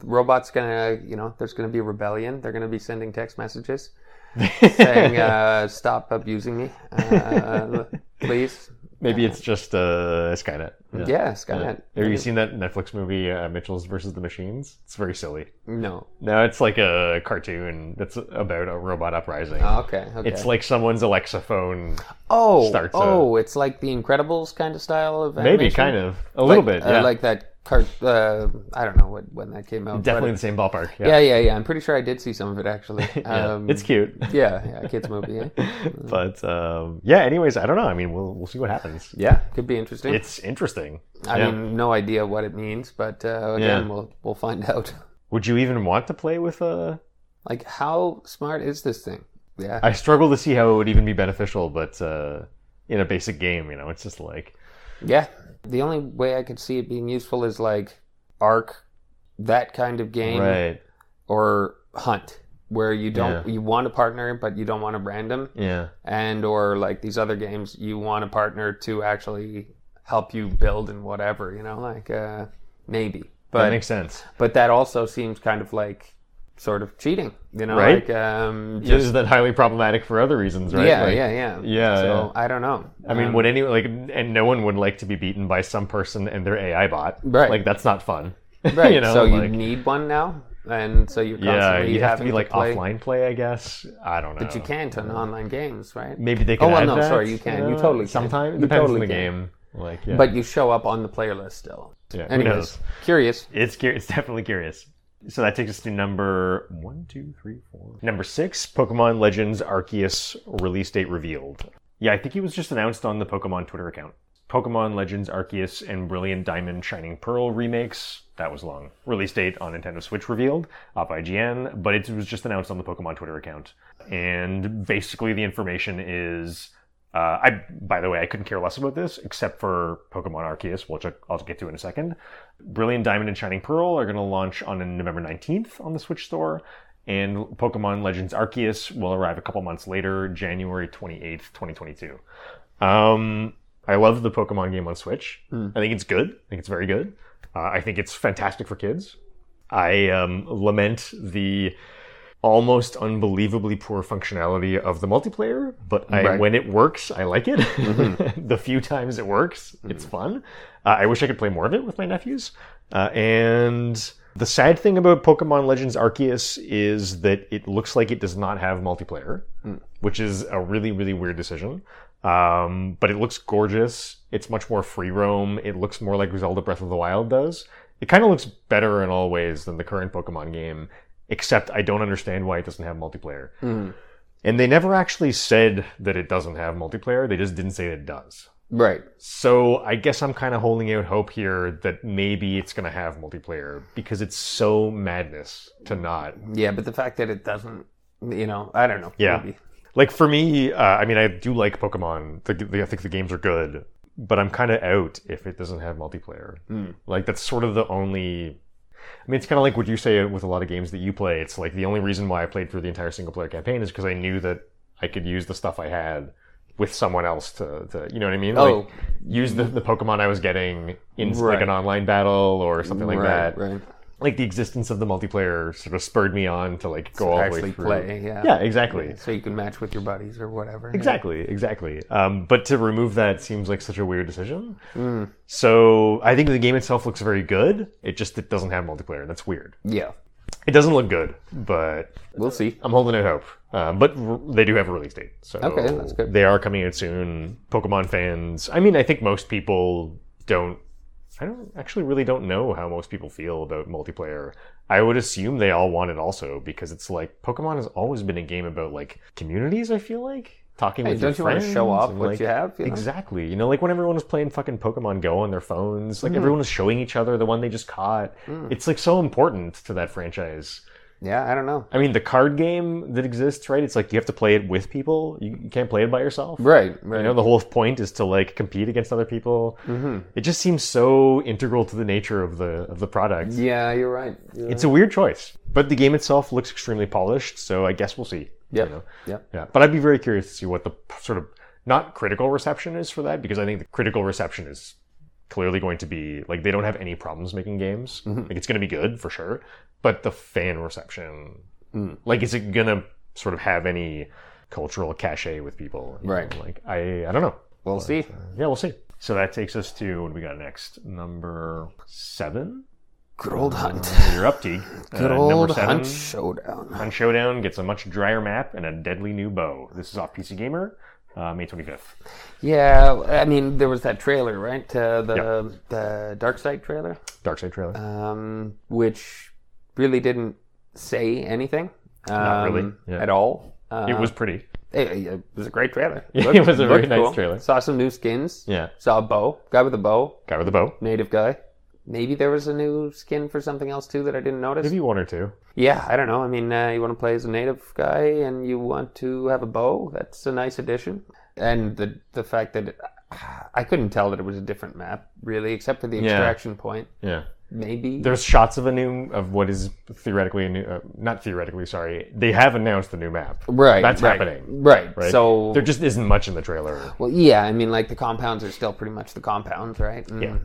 [SPEAKER 2] The robot's gonna, you know, there's gonna be a rebellion. They're gonna be sending text messages saying, uh, "Stop abusing me, uh, please."
[SPEAKER 1] Maybe it's just uh, Skynet. Yeah.
[SPEAKER 2] Yeah, Skynet.
[SPEAKER 1] Have you seen that Netflix movie uh, Mitchell's versus the Machines? It's very silly.
[SPEAKER 2] No.
[SPEAKER 1] No, it's like a cartoon that's about a robot uprising.
[SPEAKER 2] Okay. Oh, Okay.
[SPEAKER 1] It's like someone's Alexa phone
[SPEAKER 2] oh,
[SPEAKER 1] starts a-
[SPEAKER 2] oh, it's like the Incredibles kind of style of
[SPEAKER 1] Maybe,
[SPEAKER 2] animation?
[SPEAKER 1] kind of. A little
[SPEAKER 2] Like-
[SPEAKER 1] bit,
[SPEAKER 2] uh,
[SPEAKER 1] yeah.
[SPEAKER 2] like that cart. Uh, I don't know what when that came out. but-
[SPEAKER 1] Definitely in the same ballpark. Yeah.
[SPEAKER 2] yeah, yeah, yeah. I'm pretty sure I did see some of it actually.
[SPEAKER 1] Yeah.
[SPEAKER 2] Um,
[SPEAKER 1] it's cute.
[SPEAKER 2] yeah, yeah, kids movie. eh? Yeah.
[SPEAKER 1] but um, yeah, anyways, I don't know. I mean, we'll, we'll see what happens.
[SPEAKER 2] yeah, could be interesting.
[SPEAKER 1] It's interesting.
[SPEAKER 2] I
[SPEAKER 1] Yeah.
[SPEAKER 2] mean, no idea what it means, but uh, again,
[SPEAKER 1] Yeah.
[SPEAKER 2] we'll we'll find out.
[SPEAKER 1] Would you even want to play with a?
[SPEAKER 2] Like, how smart is this thing? Yeah,
[SPEAKER 1] I struggle to see how it would even be beneficial, but uh, in a basic game, you know, it's just like
[SPEAKER 2] yeah. The only way I could see it being useful is like Arc, that kind of game,
[SPEAKER 1] right,
[SPEAKER 2] or Hunt, where you don't you want a partner but you don't want a random,
[SPEAKER 1] yeah,
[SPEAKER 2] and or like these other games, you want a partner to actually help you build and whatever. You know, like uh, maybe,
[SPEAKER 1] that
[SPEAKER 2] but
[SPEAKER 1] makes sense.
[SPEAKER 2] but that also seems kind of like sort of cheating. You know,
[SPEAKER 1] Right.
[SPEAKER 2] like um, just
[SPEAKER 1] This is then highly problematic for other reasons, right?
[SPEAKER 2] Yeah,
[SPEAKER 1] Like,
[SPEAKER 2] yeah, yeah,
[SPEAKER 1] Yeah,
[SPEAKER 2] So I don't know.
[SPEAKER 1] I mean,
[SPEAKER 2] Um,
[SPEAKER 1] would anyone like, and no one would like to be beaten by some person and their AI bot,
[SPEAKER 2] Right.
[SPEAKER 1] Like that's not fun,
[SPEAKER 2] right?
[SPEAKER 1] you know,
[SPEAKER 2] so
[SPEAKER 1] like-
[SPEAKER 2] you need one now, and so you're
[SPEAKER 1] Yeah,
[SPEAKER 2] constantly
[SPEAKER 1] you have to
[SPEAKER 2] having
[SPEAKER 1] be like
[SPEAKER 2] play.
[SPEAKER 1] offline play, I guess. I don't know.
[SPEAKER 2] But you can't on online games, right?
[SPEAKER 1] Maybe they can.
[SPEAKER 2] Oh, well,
[SPEAKER 1] add
[SPEAKER 2] no,
[SPEAKER 1] that,
[SPEAKER 2] sorry, you can. You
[SPEAKER 1] know?
[SPEAKER 2] totally can.
[SPEAKER 1] Sometimes
[SPEAKER 2] You
[SPEAKER 1] depends
[SPEAKER 2] totally
[SPEAKER 1] on the
[SPEAKER 2] can.
[SPEAKER 1] game. Like, yeah.
[SPEAKER 2] But you show up on the player list still.
[SPEAKER 1] yeah, who
[SPEAKER 2] Anyways,
[SPEAKER 1] knows?
[SPEAKER 2] curious.
[SPEAKER 1] It's cur- it's definitely curious. So that takes us to number one, two, three, four. Number six, Pokemon Legends Arceus release date revealed. Yeah, I think it was just announced on the Pokemon Twitter account. Pokemon Legends Arceus and Brilliant Diamond Shining Pearl remakes. That was long. Release date on Nintendo Switch revealed off IGN, but it was just announced on the Pokemon Twitter account. And basically, the information is. Uh, I, by the way, I couldn't care less about this except for Pokemon Arceus, which I- I'll get to in a second. Brilliant Diamond and Shining Pearl are going to launch on November 19th on the Switch store, and Pokemon Legends Arceus will arrive a couple months later, January 28th, 2022. Um, I love the Pokemon game on Switch.
[SPEAKER 2] Hmm.
[SPEAKER 1] I think it's good. I think it's very good. Uh, I think it's fantastic for kids. I um, lament the almost unbelievably poor functionality of the multiplayer, but I,
[SPEAKER 2] Right. Mm-hmm.
[SPEAKER 1] when it works, I like it. the few times it works,
[SPEAKER 2] Hmm.
[SPEAKER 1] it's fun. Uh, I wish I could play more of it with my nephews. Uh, and the sad thing about Pokemon Legends Arceus is that it looks like it does not have multiplayer,
[SPEAKER 2] Hmm.
[SPEAKER 1] which is a really, really weird decision. Um, but it looks gorgeous. It's much more free roam. It looks more like Zelda Breath of the Wild does. It kind of looks better in all ways than the current Pokemon game, except I don't understand why it doesn't have multiplayer.
[SPEAKER 2] Mm.
[SPEAKER 1] And they never actually said that it doesn't have multiplayer, they just didn't say that it does.
[SPEAKER 2] Right.
[SPEAKER 1] So I guess I'm kind of holding out hope here that maybe it's going to have multiplayer because it's so madness to not.
[SPEAKER 2] Yeah, but the fact that it doesn't, you know, I don't know.
[SPEAKER 1] Yeah.
[SPEAKER 2] Maybe.
[SPEAKER 1] Like for me, uh, I mean, I do like Pokemon. The, the, I think the games are good, but I'm kind of out if it doesn't have multiplayer.
[SPEAKER 2] Mm.
[SPEAKER 1] Like that's sort of the only. I mean, it's kind of like what you say with a lot of games that you play. It's like the only reason why I played through the entire single player campaign is because I knew that I could use the stuff I had with someone else to, to you know what I mean?
[SPEAKER 2] Oh.
[SPEAKER 1] Like, use the, the Pokemon I was getting in like
[SPEAKER 2] Right.
[SPEAKER 1] an online battle or something like
[SPEAKER 2] right,
[SPEAKER 1] that.
[SPEAKER 2] Right.
[SPEAKER 1] Like the existence of the multiplayer sort of spurred me on to like go all the way
[SPEAKER 2] Actually
[SPEAKER 1] through.
[SPEAKER 2] play. Yeah.
[SPEAKER 1] Yeah, exactly.
[SPEAKER 2] So you can match with your buddies or whatever. yeah.
[SPEAKER 1] Exactly, exactly. Um, but to remove that seems like such a weird decision.
[SPEAKER 2] Mm.
[SPEAKER 1] So I think the game itself looks very good. It just it doesn't have multiplayer. That's weird.
[SPEAKER 2] Yeah.
[SPEAKER 1] It doesn't look good, but
[SPEAKER 2] We'll see.
[SPEAKER 1] I'm holding out hope. Um, but r- they do have a release date, so
[SPEAKER 2] Okay, that's good.
[SPEAKER 1] They are coming out soon. Pokemon fans. I mean, I think most people don't. I don't actually really don't know how most people feel about multiplayer. I would assume they all want it also because it's like Pokemon has always been a game about like communities. I feel like talking
[SPEAKER 2] Hey,
[SPEAKER 1] with your
[SPEAKER 2] don't you want
[SPEAKER 1] friends.
[SPEAKER 2] to show off
[SPEAKER 1] and,
[SPEAKER 2] what
[SPEAKER 1] like,
[SPEAKER 2] you have? You know?
[SPEAKER 1] Exactly. You know, like when everyone was playing fucking Pokemon Go on their phones, like
[SPEAKER 2] Hmm.
[SPEAKER 1] everyone was showing each other the one they just caught. It's like so important to that franchise.
[SPEAKER 2] Yeah, I don't know.
[SPEAKER 1] I mean, the card game that exists, right? It's like you have to play it with people. You you can't play it by yourself.
[SPEAKER 2] Right, right.
[SPEAKER 1] You know, the whole point is to like compete against other people. Mm-hmm. It just seems so integral to the nature of the of the product.
[SPEAKER 2] yeah, you're right. You're
[SPEAKER 1] It's a weird choice, but the game itself looks extremely polished. So I guess we'll see.
[SPEAKER 2] Yep.
[SPEAKER 1] know.
[SPEAKER 2] Yep.
[SPEAKER 1] Yeah, but I'd be very curious to see what the p- sort of not critical reception is for that because I think the critical reception is clearly going to be like they don't have any problems making games.
[SPEAKER 2] Mm-hmm.
[SPEAKER 1] Like it's going to be good for sure, but the fan reception,
[SPEAKER 2] Mm.
[SPEAKER 1] like, is it going to sort of have any cultural cachet with people? you
[SPEAKER 2] Right.
[SPEAKER 1] know? Like I, I don't know.
[SPEAKER 2] We'll see.
[SPEAKER 1] Yeah, we'll see. So that takes us to what do we got next? Number seven.
[SPEAKER 2] Good old Hunt.
[SPEAKER 1] You're up, Teague. Uh,
[SPEAKER 2] Good
[SPEAKER 1] number
[SPEAKER 2] old
[SPEAKER 1] seven.
[SPEAKER 2] Hunt Showdown.
[SPEAKER 1] Hunt Showdown gets a much drier map and a deadly new bow. This is off PC Gamer uh, May 25th.
[SPEAKER 2] Yeah, I mean, there was that trailer, right? Uh, the the Dark Side trailer,
[SPEAKER 1] Darkseid trailer.
[SPEAKER 2] um, which really didn't say anything. Um,
[SPEAKER 1] really, yeah.
[SPEAKER 2] at all. Uh,
[SPEAKER 1] it was pretty.
[SPEAKER 2] it, it was a great trailer.
[SPEAKER 1] It
[SPEAKER 2] Looked-
[SPEAKER 1] was a very
[SPEAKER 2] looked
[SPEAKER 1] nice trailer.
[SPEAKER 2] Saw some new skins.
[SPEAKER 1] Yeah.
[SPEAKER 2] Saw a bow. Guy with a bow.
[SPEAKER 1] Guy with a bow.
[SPEAKER 2] Native guy. Maybe there was a new skin for something else too that I didn't notice.
[SPEAKER 1] Maybe one or two.
[SPEAKER 2] Yeah, I don't know. I mean, uh, you want to play as a native guy and you want to have a bow. That's a nice addition. And the the fact that I couldn't tell that it was a different map really, except for the extraction point.
[SPEAKER 1] Yeah.
[SPEAKER 2] Maybe
[SPEAKER 1] There's shots of a new of what is theoretically a new, uh, not theoretically. Sorry, they have announced the new map.
[SPEAKER 2] right.
[SPEAKER 1] That's
[SPEAKER 2] right,
[SPEAKER 1] happening,
[SPEAKER 2] Right.
[SPEAKER 1] Right.
[SPEAKER 2] So
[SPEAKER 1] there just isn't much in the trailer.
[SPEAKER 2] well, yeah. I mean, like the compounds are still pretty much the compounds, right? And
[SPEAKER 1] Yeah.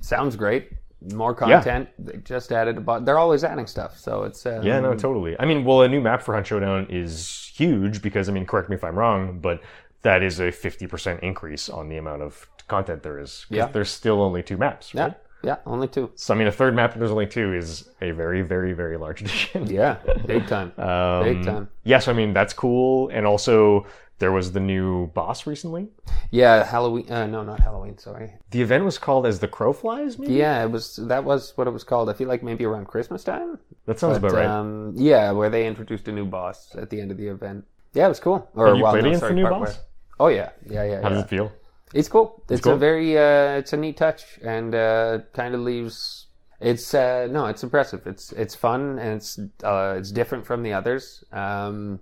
[SPEAKER 2] Sounds great. More content. They just added a bunch. They're always adding stuff, so it's um,
[SPEAKER 1] Yeah, no, totally. I mean, well, a new map for Hunt Showdown is huge because I mean, correct me if I'm wrong, but that is a 50% increase on the amount of content there is. 'Cause
[SPEAKER 2] Yeah.
[SPEAKER 1] There's still only two maps. Right?
[SPEAKER 2] yeah, yeah. Only two.
[SPEAKER 1] So I mean, a third map and there's only two is a very, very, very large addition.
[SPEAKER 2] Yeah, big time.
[SPEAKER 1] Um,
[SPEAKER 2] Big time.
[SPEAKER 1] Yes, I mean that's cool, and also there was the new boss recently.
[SPEAKER 2] Yeah, Halloween. Uh, no, not Halloween. Sorry,
[SPEAKER 1] The event was called as the Crow Flies. Maybe
[SPEAKER 2] Yeah, it was that was what it was called. I feel like maybe around Christmas time.
[SPEAKER 1] that sounds about right.
[SPEAKER 2] Um, yeah, where they introduced a new boss at the end of the event. Yeah, it was cool. Or
[SPEAKER 1] you
[SPEAKER 2] well,
[SPEAKER 1] played
[SPEAKER 2] no,
[SPEAKER 1] against
[SPEAKER 2] sorry,
[SPEAKER 1] the new
[SPEAKER 2] part
[SPEAKER 1] boss?
[SPEAKER 2] where- Oh yeah, yeah, yeah.
[SPEAKER 1] How
[SPEAKER 2] yeah.
[SPEAKER 1] does it feel?
[SPEAKER 2] It's cool. It's,
[SPEAKER 1] cool?
[SPEAKER 2] a very uh, it's a neat touch and uh, kind of leaves. It's uh, no, it's impressive. It's it's fun and it's uh, it's different from the others. Um,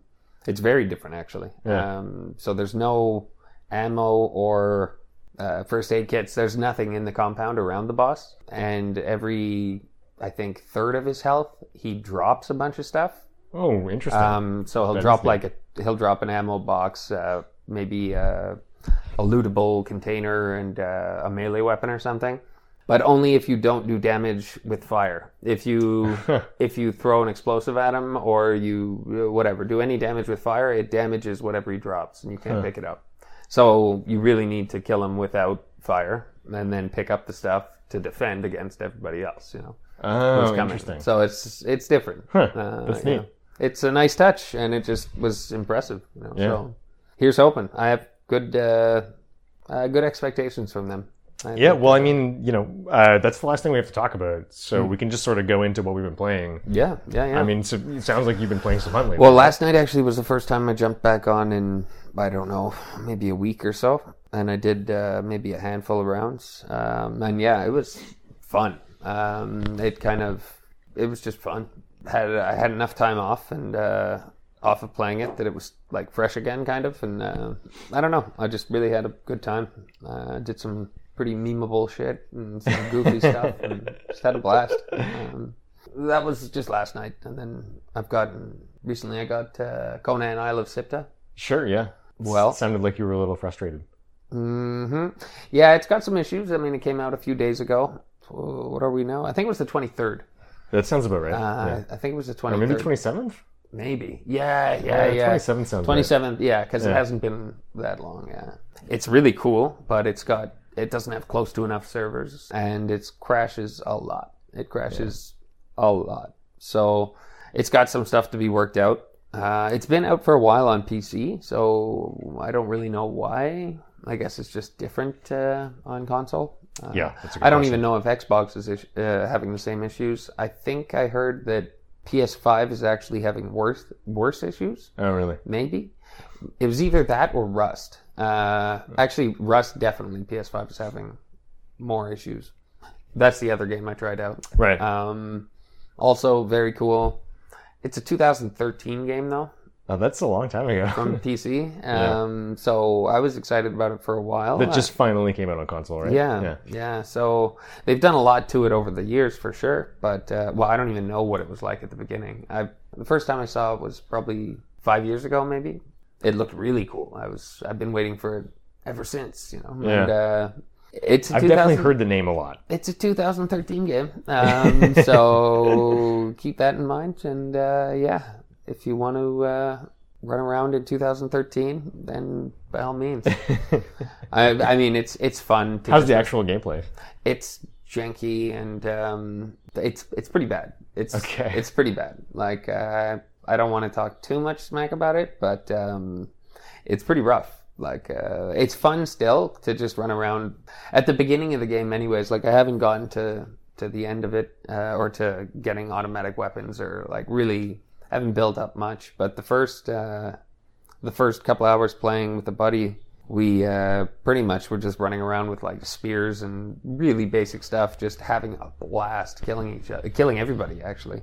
[SPEAKER 2] it's very different actually.
[SPEAKER 1] Yeah.
[SPEAKER 2] Um, so there's no ammo or uh, first aid kits. There's nothing in the compound around the boss. And every I think third of his health, he drops a bunch of stuff.
[SPEAKER 1] Oh, interesting.
[SPEAKER 2] Um, so he'll
[SPEAKER 1] is
[SPEAKER 2] drop
[SPEAKER 1] neat.
[SPEAKER 2] like a he'll drop an ammo box, uh, maybe uh, a lootable container and uh, a melee weapon or something. But only if you don't do damage with fire. If you if you throw an explosive at him or you uh, whatever do any damage with fire, it damages whatever he drops, and you can't pick it up. So you really need to kill him without fire, and then pick up the stuff to defend against everybody else. You know
[SPEAKER 1] oh,
[SPEAKER 2] coming.
[SPEAKER 1] interesting.
[SPEAKER 2] So it's it's different.
[SPEAKER 1] Huh, that's
[SPEAKER 2] yeah.
[SPEAKER 1] neat.
[SPEAKER 2] It's a nice touch, and it just was impressive. You know?
[SPEAKER 1] Yeah.
[SPEAKER 2] So here's hoping. I have good uh, uh, good expectations from them. I
[SPEAKER 1] Yeah,
[SPEAKER 2] think-
[SPEAKER 1] well, I mean, you know, uh, that's the last thing we have to talk about, so
[SPEAKER 2] Hmm.
[SPEAKER 1] we can just sort of go into what we've been playing.
[SPEAKER 2] yeah, yeah, yeah.
[SPEAKER 1] I mean, so it sounds like you've been playing some Hunt lately.
[SPEAKER 2] well, last night actually was the first time I jumped back on in I don't know maybe a week or so, and I did uh, maybe a handful of rounds. Um, and yeah, it was fun. Um, it kind of it was just fun. Had I had enough time off and uh, off of playing it that it was like fresh again, kind of. And uh, I don't know, I just really had a good time. Uh, did some pretty memeable shit and some goofy stuff, and just had a blast. Um, that was just last night, and then I've gotten recently. I got uh, Conan Isle of Sipta.
[SPEAKER 1] sure, yeah.
[SPEAKER 2] Well-
[SPEAKER 1] sounded like you were a little frustrated.
[SPEAKER 2] hmm Yeah, it's got some issues. I mean, it came out a few days ago. Uh, What are we now? I think it was the twenty third.
[SPEAKER 1] That sounds about right.
[SPEAKER 2] Uh,
[SPEAKER 1] yeah.
[SPEAKER 2] I think it was the
[SPEAKER 1] Or
[SPEAKER 2] twenty
[SPEAKER 1] maybe
[SPEAKER 2] third.
[SPEAKER 1] twenty seventh.
[SPEAKER 2] Maybe. Yeah, yeah, yeah.
[SPEAKER 1] twenty seventh sounds.
[SPEAKER 2] Twenty
[SPEAKER 1] Right.
[SPEAKER 2] seventh. Yeah, because it hasn't been that long. Yeah, it's really cool, but it's got it doesn't have close to enough servers, and it crashes a lot. It crashes a lot. So it's got some stuff to be worked out. Uh, it's been out for a while on PC, so I don't really know why. I guess it's just different uh, on console. Uh,
[SPEAKER 1] Yeah, that's a good
[SPEAKER 2] I don't
[SPEAKER 1] question.
[SPEAKER 2] even know if Xbox is ish- uh, having the same issues. I think I heard that PS5 is actually having worse worse issues.
[SPEAKER 1] Oh, really?
[SPEAKER 2] Maybe it was either that or Rust. Uh, actually, Rust definitely PS5 is having more issues. That's the other game I tried out.
[SPEAKER 1] Right.
[SPEAKER 2] Um, also very cool. It's a 2013 game though
[SPEAKER 1] oh, that's a long time ago.
[SPEAKER 2] from PC. Um, So I was excited about it for a while.
[SPEAKER 1] That just finally came out on console, right?
[SPEAKER 2] Yeah, yeah, So they've done a lot to it over the years, for sure. But uh, well, I don't even know what it was like at the beginning. I the first time I saw it was probably five years ago, maybe. It looked really cool. I was I've been waiting for it ever since, you know.
[SPEAKER 1] Yeah.
[SPEAKER 2] And, uh, it's a
[SPEAKER 1] I've
[SPEAKER 2] 2000
[SPEAKER 1] definitely heard the name a lot.
[SPEAKER 2] it's a 2013 game, um, so keep that in mind. And uh, yeah, if you want to uh, run around in 2013, then by all means. I, I mean, it's it's fun. To
[SPEAKER 1] How's the actual gameplay?
[SPEAKER 2] it's janky and um, it's it's pretty bad. It's
[SPEAKER 1] Okay.
[SPEAKER 2] it's pretty bad. Like uh, I don't want to talk too much smack about it, but um, it's pretty rough. like uh, it's fun still to just run around at the beginning of the game anyways like i haven't gotten to to the end of it uh, or to getting automatic weapons or like really haven't built up much but the first uh, the first couple hours playing with a buddy we uh, pretty much were just running around with like spears and really basic stuff just having a blast killing each other killing everybody actually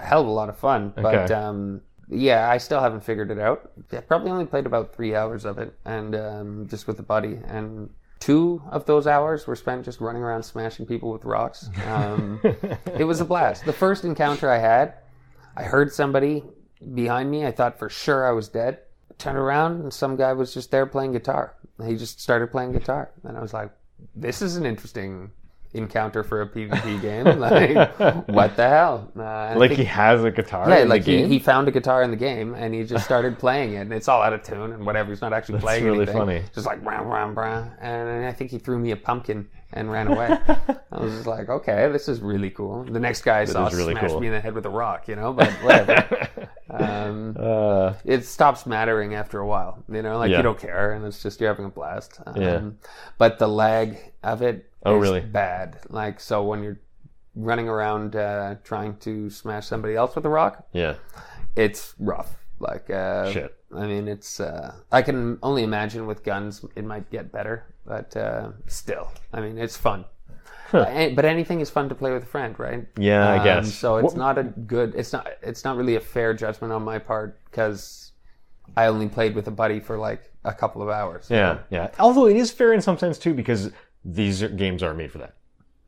[SPEAKER 2] a hell of a lot of fun but
[SPEAKER 1] Okay.
[SPEAKER 2] um, yeah i still haven't figured it out i probably only played about three hours of it and um, just with a buddy and two of those hours were spent just running around smashing people with rocks um, it was a blast the first encounter i had i heard somebody behind me i thought for sure i was dead turned around and some guy was just there playing guitar he just started playing guitar and i was like this is an interesting encounter for a pvp game like what the hell uh, and I
[SPEAKER 1] Like
[SPEAKER 2] think-
[SPEAKER 1] he has a guitar.
[SPEAKER 2] yeah,
[SPEAKER 1] in
[SPEAKER 2] like
[SPEAKER 1] the
[SPEAKER 2] he,
[SPEAKER 1] game?
[SPEAKER 2] he found a guitar in the game and he just started playing it, and it's all out of tune and whatever. He's not actually playing
[SPEAKER 1] really
[SPEAKER 2] anything.
[SPEAKER 1] funny.
[SPEAKER 2] Just like ram ram ram, and I think he threw me a pumpkin and ran away. I was just like, okay, this is really cool. The next guy I saw
[SPEAKER 1] is really
[SPEAKER 2] smashed
[SPEAKER 1] cool.
[SPEAKER 2] me in the head with a rock, you know, but whatever. um,
[SPEAKER 1] uh,
[SPEAKER 2] it stops mattering after a while, you know, like
[SPEAKER 1] Yeah.
[SPEAKER 2] you don't care, and it's just you're having a blast. Um,
[SPEAKER 1] Yeah.
[SPEAKER 2] But the lag of it is
[SPEAKER 1] Oh, really?
[SPEAKER 2] bad. Like so when you're running around uh, trying to smash somebody else with a rock
[SPEAKER 1] yeah.
[SPEAKER 2] it's rough. Like uh,
[SPEAKER 1] Shit.
[SPEAKER 2] I mean, it's. Uh, I can only imagine with guns it might get better, but uh, still, I mean, it's fun. Uh, an- but anything is fun to play with a friend, right? Um,
[SPEAKER 1] Yeah, I guess.
[SPEAKER 2] So it's
[SPEAKER 1] What-
[SPEAKER 2] not a good. It's not. It's not really a fair judgment on my part because I only played with a buddy for like a couple of hours.
[SPEAKER 1] Yeah, yeah. Although it is fair in some sense too, because these are, games are made for that,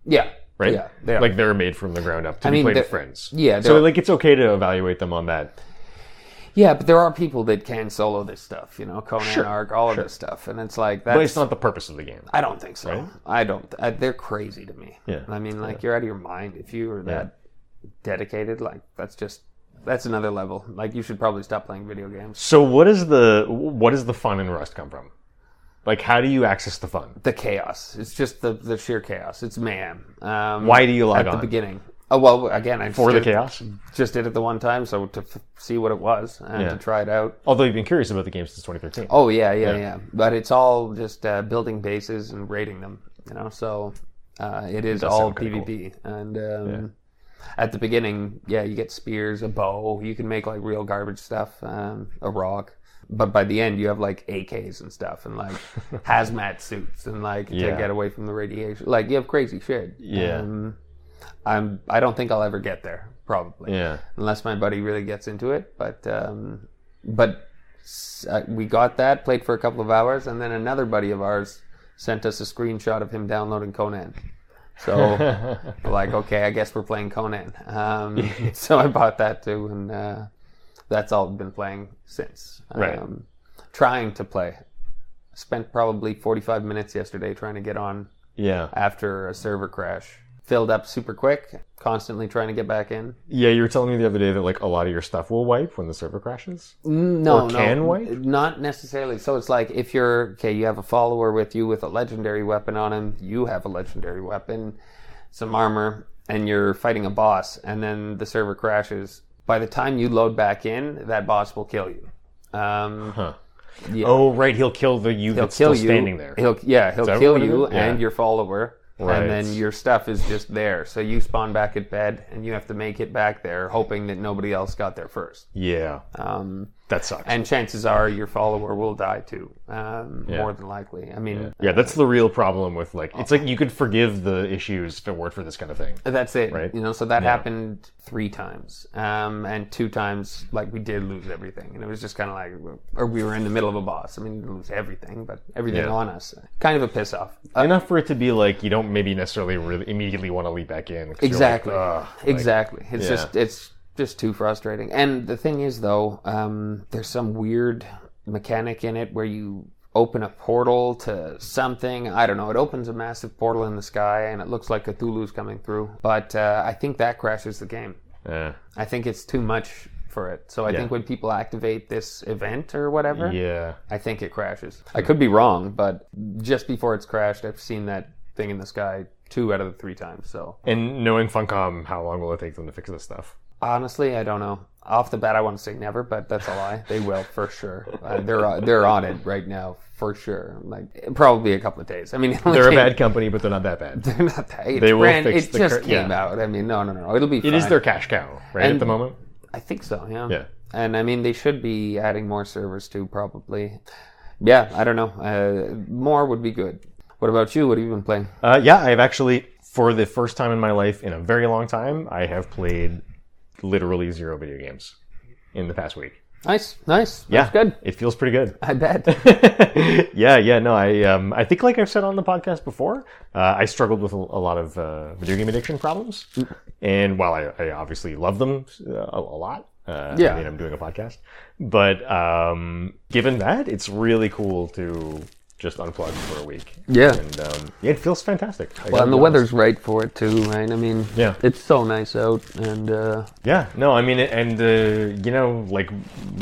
[SPEAKER 2] Yeah.
[SPEAKER 1] right?
[SPEAKER 2] Yeah. They are.
[SPEAKER 1] Like they're made from the ground up to be
[SPEAKER 2] mean,
[SPEAKER 1] played
[SPEAKER 2] they're-
[SPEAKER 1] with friends.
[SPEAKER 2] yeah,
[SPEAKER 1] So
[SPEAKER 2] they're-
[SPEAKER 1] like it's okay to evaluate them on that.
[SPEAKER 2] yeah, but there are people that can solo this stuff, you know, Conan,
[SPEAKER 1] Sure,
[SPEAKER 2] Arc, all of this stuff, and it's like that's
[SPEAKER 1] But it's not the purpose of the game.
[SPEAKER 2] I don't think so. I don't. I, they're crazy to me.
[SPEAKER 1] Yeah.
[SPEAKER 2] I mean, like you're out of your mind if you are that dedicated. Like that's just that's another level. Like you should probably stop playing video games.
[SPEAKER 1] So what is the what does the fun in Rust come from? Like how do you access the fun?
[SPEAKER 2] The chaos. It's just the the sheer chaos. It's mayhem. Um,
[SPEAKER 1] Why do you log
[SPEAKER 2] at the
[SPEAKER 1] on
[SPEAKER 2] beginning? Oh well, again, I just
[SPEAKER 1] for the
[SPEAKER 2] did,
[SPEAKER 1] chaos?
[SPEAKER 2] just did it the one time, so to f- see what it was and
[SPEAKER 1] Yeah.
[SPEAKER 2] to try it out.
[SPEAKER 1] Although you've been curious about the game since 2013.
[SPEAKER 2] Oh yeah, yeah, yeah. But it's all just uh, building bases and raiding them, you know. So uh, it is all
[SPEAKER 1] sound kinda
[SPEAKER 2] PvP, and um, at the beginning, yeah, you get spears, a bow. You can make like real garbage stuff, um, a rock. But by the end, you have like AKs and stuff, and like hazmat suits, and like
[SPEAKER 1] Yeah.
[SPEAKER 2] to get away from the radiation. Like you have crazy shit.
[SPEAKER 1] Yeah.
[SPEAKER 2] Um, I'm. I don't think I'll ever get there. Probably
[SPEAKER 1] Yeah.
[SPEAKER 2] unless my buddy really gets into it. But um, but s- uh, we got that played for a couple of hours, and then another buddy of ours sent us a screenshot of him downloading Conan. So like, okay, I guess we're playing Conan. Um, so I bought that too, and uh, that's all I've been playing since.
[SPEAKER 1] Right.
[SPEAKER 2] Um, trying to play. Spent probably 45 minutes yesterday trying to get on
[SPEAKER 1] Yeah.
[SPEAKER 2] after a server crash. Filled up super quick, constantly trying to get back in.
[SPEAKER 1] Yeah, you were telling me the other day that like a lot of your stuff will wipe when the server crashes.
[SPEAKER 2] No,
[SPEAKER 1] Or
[SPEAKER 2] Mm, no,
[SPEAKER 1] can wipe?
[SPEAKER 2] Not necessarily. So it's like if you're okay, you have a follower with you with a legendary weapon on him. You have a legendary weapon, some armor, and you're fighting a boss, and then the server crashes. By the time you load back in, that boss will kill you. Um, Yeah.
[SPEAKER 1] Oh, right, he'll kill the you
[SPEAKER 2] he'll
[SPEAKER 1] that's
[SPEAKER 2] kill
[SPEAKER 1] still
[SPEAKER 2] you.
[SPEAKER 1] standing there.
[SPEAKER 2] He'll yeah, he'll
[SPEAKER 1] that
[SPEAKER 2] kill
[SPEAKER 1] what it
[SPEAKER 2] you
[SPEAKER 1] is? Yeah.
[SPEAKER 2] and your follower.
[SPEAKER 1] Right.
[SPEAKER 2] And then your stuff is just there. So you spawn back at bed and you have to make it back there hoping that nobody else got there first.
[SPEAKER 1] Yeah.
[SPEAKER 2] Um,
[SPEAKER 1] That sucks.
[SPEAKER 2] and chances are your follower will die too um,
[SPEAKER 1] Yeah.
[SPEAKER 2] more than likely i mean
[SPEAKER 1] yeah, that's the real problem with like it's like you could forgive the issues if it weren't for this kind of thing.
[SPEAKER 2] that's it
[SPEAKER 1] Right.
[SPEAKER 2] you know so that happened three times um, and two times like we did lose everything and it was just kind of like or we were in the middle of a boss i mean we lose everything but everything
[SPEAKER 1] Yeah.
[SPEAKER 2] on us kind of a piss off
[SPEAKER 1] Enough for it to be like you don't maybe necessarily really immediately want to leap back in. 'cause you're like,
[SPEAKER 2] Exactly.
[SPEAKER 1] "Ugh."
[SPEAKER 2] exactly. It's
[SPEAKER 1] Yeah.
[SPEAKER 2] just it's just too frustrating. And the thing is though, um, there's some weird mechanic in it where you open a portal to something. I don't know. It opens a massive portal in the sky and it looks like Cthulhu's coming through. But uh, I think that crashes the game.
[SPEAKER 1] Yeah.
[SPEAKER 2] I think it's too much for it. So I think when people activate this event or whatever,
[SPEAKER 1] yeah.
[SPEAKER 2] I think it crashes. I could be wrong, but just before it's crashed, I've seen that thing in the sky two out of the three times. So
[SPEAKER 1] And knowing Funcom, how long will it take them to fix this stuff?
[SPEAKER 2] Honestly, I don't know. Off the bat, I want to say never, but that's a lie. They will for sure. Uh, they're they're on it right now for sure. Like probably a couple of days. I mean, it only
[SPEAKER 3] They're a
[SPEAKER 2] came-
[SPEAKER 3] bad company, but they're not that bad.
[SPEAKER 2] They're not that. It's
[SPEAKER 1] They will
[SPEAKER 2] brand-
[SPEAKER 1] fix
[SPEAKER 2] it
[SPEAKER 1] the
[SPEAKER 2] just
[SPEAKER 1] cur-
[SPEAKER 2] came
[SPEAKER 1] yeah.
[SPEAKER 2] out. I mean, no, no, no. It'll be.
[SPEAKER 1] It
[SPEAKER 2] fine.
[SPEAKER 1] is their cash cow, right at
[SPEAKER 2] And-
[SPEAKER 1] the moment.
[SPEAKER 2] I think so. Yeah.
[SPEAKER 1] Yeah.
[SPEAKER 2] And I mean, they should be adding more servers too, probably. Yeah, I don't know. Uh, more would be good. What about you? What have you been playing?
[SPEAKER 1] Uh, yeah, I've actually, for the first time in my life in a very long time, I have played literally zero video games in the past week.
[SPEAKER 2] Nice, nice.
[SPEAKER 1] Yeah,
[SPEAKER 2] That's good.
[SPEAKER 1] It feels pretty good.
[SPEAKER 2] I bet.
[SPEAKER 1] yeah, yeah, no, I, um, I think like I've said on the podcast before, uh, I struggled with a, a lot of uh, video game addiction problems,
[SPEAKER 2] Mm.
[SPEAKER 1] and while I, I obviously love them uh, a, a lot, uh,
[SPEAKER 2] Yeah.
[SPEAKER 1] I mean I'm doing a podcast, but um, given that, it's really cool to just unplug for a week.
[SPEAKER 2] Yeah.
[SPEAKER 1] and um, yeah, it feels fantastic. I
[SPEAKER 2] Well,
[SPEAKER 1] gotta
[SPEAKER 2] and the
[SPEAKER 1] be honest.
[SPEAKER 2] weather's right for it too, right? I mean,
[SPEAKER 1] Yeah.
[SPEAKER 2] it's so nice out, and uh,
[SPEAKER 1] Yeah, no, I mean, and uh, you know, like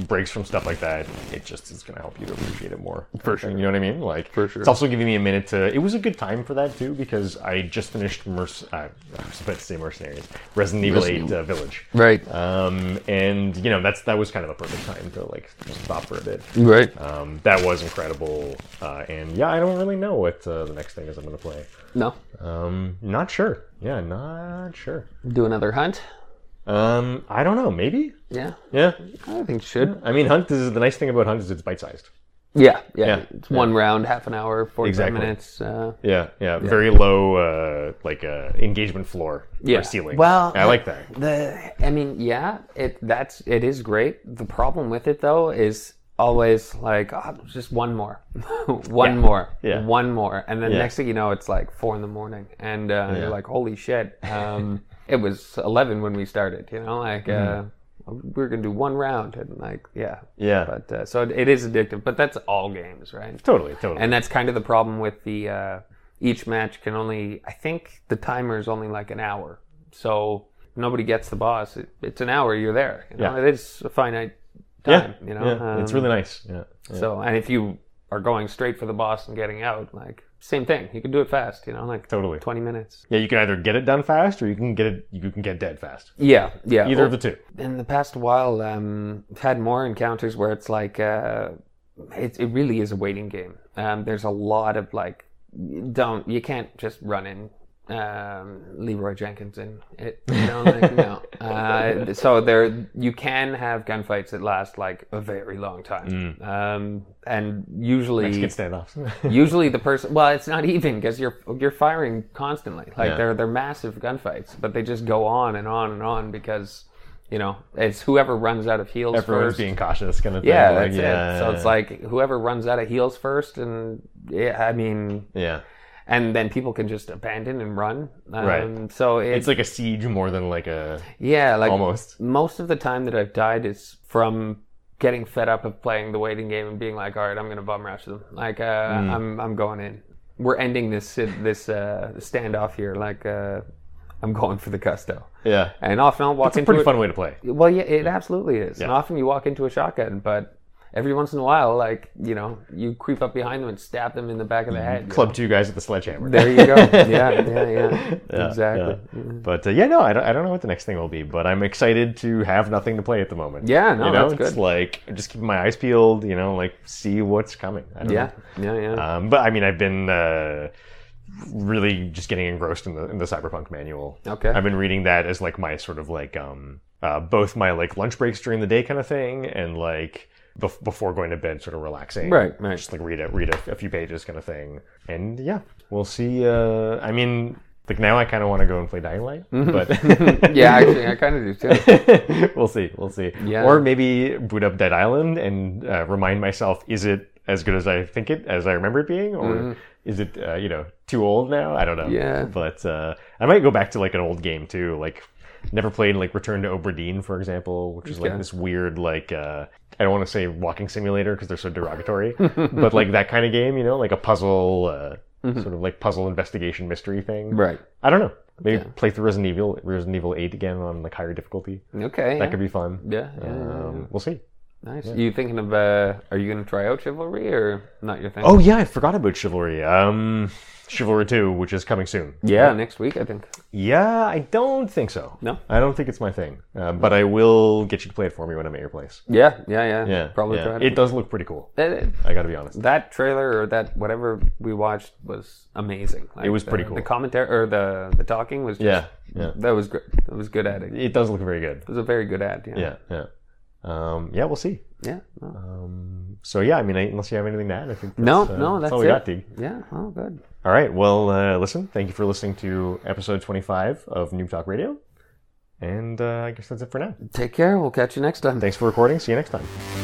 [SPEAKER 1] breaks from stuff like that, it just is going to help you to appreciate it more. For sure, you know what I mean? Like, for
[SPEAKER 2] sure.
[SPEAKER 1] It's also giving me a minute to. It was a good time for that too because I just finished Merc. Uh, I was about to say Mercenaries, Resident Evil Eight uh, Village,
[SPEAKER 2] right,
[SPEAKER 1] um, and you know that's that was kind of a perfect time to like stop for a bit.
[SPEAKER 2] right.
[SPEAKER 1] Um, that was incredible, uh, and yeah, I don't really know what uh, the next thing is I'm going to play.
[SPEAKER 2] No,
[SPEAKER 1] Um, not sure. Yeah, not sure.
[SPEAKER 2] do another hunt.
[SPEAKER 1] Um, I don't know. Maybe.
[SPEAKER 2] Yeah,
[SPEAKER 1] Yeah,
[SPEAKER 2] I think should.
[SPEAKER 1] I mean, Hunt is the nice thing about Hunt is it's bite sized.
[SPEAKER 2] Yeah, yeah.
[SPEAKER 1] Yeah.
[SPEAKER 2] It's one round, half an hour, forty-five
[SPEAKER 1] Exactly.
[SPEAKER 2] minutes. Uh,
[SPEAKER 1] Yeah, yeah, very low, uh, like uh, engagement floor
[SPEAKER 2] Yeah.
[SPEAKER 1] or ceiling.
[SPEAKER 2] Well,
[SPEAKER 1] I like that.
[SPEAKER 2] The I mean, yeah, it that's it is great. The problem with it though is always like oh, just one more, one more,
[SPEAKER 1] Yeah.
[SPEAKER 2] one more, and then
[SPEAKER 1] Yeah.
[SPEAKER 2] next thing you know, it's like four in the morning, and uh, you're like, holy shit! Um, it was eleven when we started, you know, like.
[SPEAKER 1] Mm-hmm.
[SPEAKER 2] Uh, we're gonna do one round and like yeah
[SPEAKER 1] Yeah.
[SPEAKER 2] but uh, so it, it is addictive but that's all games right
[SPEAKER 1] Totally, totally.
[SPEAKER 2] and that's kind of the problem with the uh, each match can only I think the timer is only like an hour, so if nobody gets the boss. It, it's an hour, you're there. You know?
[SPEAKER 1] Yeah.
[SPEAKER 2] it is a finite
[SPEAKER 1] yeah,
[SPEAKER 2] time. You know,
[SPEAKER 1] yeah, it's
[SPEAKER 2] Um,
[SPEAKER 1] really nice. Yeah, yeah.
[SPEAKER 2] so. And if you are going straight for the boss and getting out, like same thing, you can do it fast. You know, like
[SPEAKER 1] totally.
[SPEAKER 2] twenty minutes.
[SPEAKER 1] Yeah, you can either get it done fast or you can get it. You can get dead fast.
[SPEAKER 2] Yeah, yeah.
[SPEAKER 1] Either of the two.
[SPEAKER 2] in the past while um, I've had more encounters where it's like uh, it, it really is a waiting game. Um, there's a lot of like don't you can't just run in um, Leroy Jenkins and it you know like no. Uh, so there you can have gunfights that last like a very long time. Um, and usually
[SPEAKER 1] Mexican standoffs.
[SPEAKER 2] usually the person well it's not even because you're you're firing constantly like
[SPEAKER 1] Yeah.
[SPEAKER 2] they're they're massive gunfights but they just go on and on and on because you know it's whoever runs out of heals
[SPEAKER 1] Everyone's
[SPEAKER 2] first
[SPEAKER 1] being cautious, kind of thing.
[SPEAKER 2] yeah
[SPEAKER 1] like,
[SPEAKER 2] that's it so it's like whoever runs out of heals first and yeah i mean
[SPEAKER 1] yeah,
[SPEAKER 2] and then people can just abandon and run um,
[SPEAKER 1] Right.
[SPEAKER 2] so it,
[SPEAKER 1] it's like a siege more than like a
[SPEAKER 2] yeah like
[SPEAKER 1] almost.
[SPEAKER 2] most of the time that I've died is from getting fed up of playing the waiting game and being like, all right, I'm going to bum rush them. Like, uh,
[SPEAKER 1] Mm.
[SPEAKER 2] I'm I'm going in. We're ending this this uh, standoff here. Like, uh, I'm going for the gusto.
[SPEAKER 1] Yeah,
[SPEAKER 2] And often I'll walk
[SPEAKER 1] it's a
[SPEAKER 2] into
[SPEAKER 1] pretty
[SPEAKER 2] it.
[SPEAKER 1] fun way to play.
[SPEAKER 2] Well, yeah, it absolutely is. And
[SPEAKER 1] Yeah.
[SPEAKER 2] often you walk into a shotgun, but every once in a while, like you know, you creep up behind them and stab them in the back of the head. you
[SPEAKER 1] Club two guys with the sledgehammer.
[SPEAKER 2] know? There you go. yeah, yeah, yeah.
[SPEAKER 1] Mm. Yeah,
[SPEAKER 2] exactly.
[SPEAKER 1] yeah. But uh, yeah, no, I don't, I don't know what the next thing will be, but I'm excited to have nothing to play at the moment.
[SPEAKER 2] Yeah, no,
[SPEAKER 1] you know,
[SPEAKER 2] that's
[SPEAKER 1] it's
[SPEAKER 2] good.
[SPEAKER 1] like just keeping my eyes peeled, you know, like see what's coming. I don't
[SPEAKER 2] Yeah, yeah, yeah.
[SPEAKER 1] Know. Um, but I mean, I've been uh, really just getting engrossed in the in the Cyberpunk manual.
[SPEAKER 2] Okay.
[SPEAKER 1] I've been reading that as like my sort of like um uh, both my like lunch breaks during the day kind of thing, and like. bef- Before going to bed, sort of relaxing,
[SPEAKER 2] Right, right.
[SPEAKER 1] Just like read a read a, a few pages, kind of thing, and yeah, we'll see. Uh, I mean, like now, I kind of want to go and play Dying Light, but
[SPEAKER 2] yeah, actually, I kind of do too.
[SPEAKER 1] we'll see. We'll see.
[SPEAKER 2] Yeah.
[SPEAKER 1] Or maybe boot up Dead Island and uh, remind myself: is it as good as I think it, as I remember it being, or is it uh, you know too old now? I don't know.
[SPEAKER 2] Mm-hmm. Yeah.
[SPEAKER 1] But uh, I might go back to like an old game too, like. Never played like Return to Oberdeen, for example, which is like
[SPEAKER 2] Okay.
[SPEAKER 1] this weird like uh, I don't want to say walking simulator because they're so derogatory, but like that kind of game, you know, like a puzzle, uh, sort of like puzzle investigation mystery thing.
[SPEAKER 2] Mm-hmm. Right.
[SPEAKER 1] I don't know. Maybe play through Resident Evil, Resident Evil Eight again on like higher difficulty.
[SPEAKER 2] Okay.
[SPEAKER 1] That could be fun.
[SPEAKER 2] Yeah. yeah, yeah.
[SPEAKER 1] Um, we'll see.
[SPEAKER 2] Nice. You thinking of? Uh, are you going to try out Chivalry or not your thing?
[SPEAKER 1] Oh yeah, I forgot about Chivalry. Um, Chivalry Two, which is coming soon.
[SPEAKER 2] yeah, next week I think.
[SPEAKER 1] Yeah, I don't think so.
[SPEAKER 2] No?
[SPEAKER 1] I don't think it's my thing. Uh, but I will get you to play it for me when I'm at your place.
[SPEAKER 2] Yeah, yeah, yeah.
[SPEAKER 1] Yeah,
[SPEAKER 2] probably
[SPEAKER 1] yeah.
[SPEAKER 2] try it.
[SPEAKER 1] It does look pretty cool.
[SPEAKER 2] That-
[SPEAKER 1] I got to be honest.
[SPEAKER 2] that trailer or that whatever we watched was amazing. Like,
[SPEAKER 1] was
[SPEAKER 2] the-
[SPEAKER 1] pretty cool.
[SPEAKER 2] The commentary or the the talking was just,
[SPEAKER 1] Yeah, yeah.
[SPEAKER 2] that was great. That was good at it. It
[SPEAKER 1] It does look very good.
[SPEAKER 2] was a very good ad. Yeah,
[SPEAKER 1] Yeah, yeah. Um, yeah, we'll see.
[SPEAKER 2] Yeah, no,
[SPEAKER 1] Um, so yeah, I mean, I, unless you have anything to add, I think that's,
[SPEAKER 2] no,
[SPEAKER 1] uh,
[SPEAKER 2] no, that's
[SPEAKER 1] all we
[SPEAKER 2] it.
[SPEAKER 1] got, Teague.
[SPEAKER 2] Yeah, oh, good.
[SPEAKER 1] All right. Well, uh, listen. Thank you for listening to episode 25 of Noob Talk Radio, and uh, I guess that's it for now.
[SPEAKER 2] Take care. We'll catch you next time.
[SPEAKER 1] Thanks for recording. See you next time.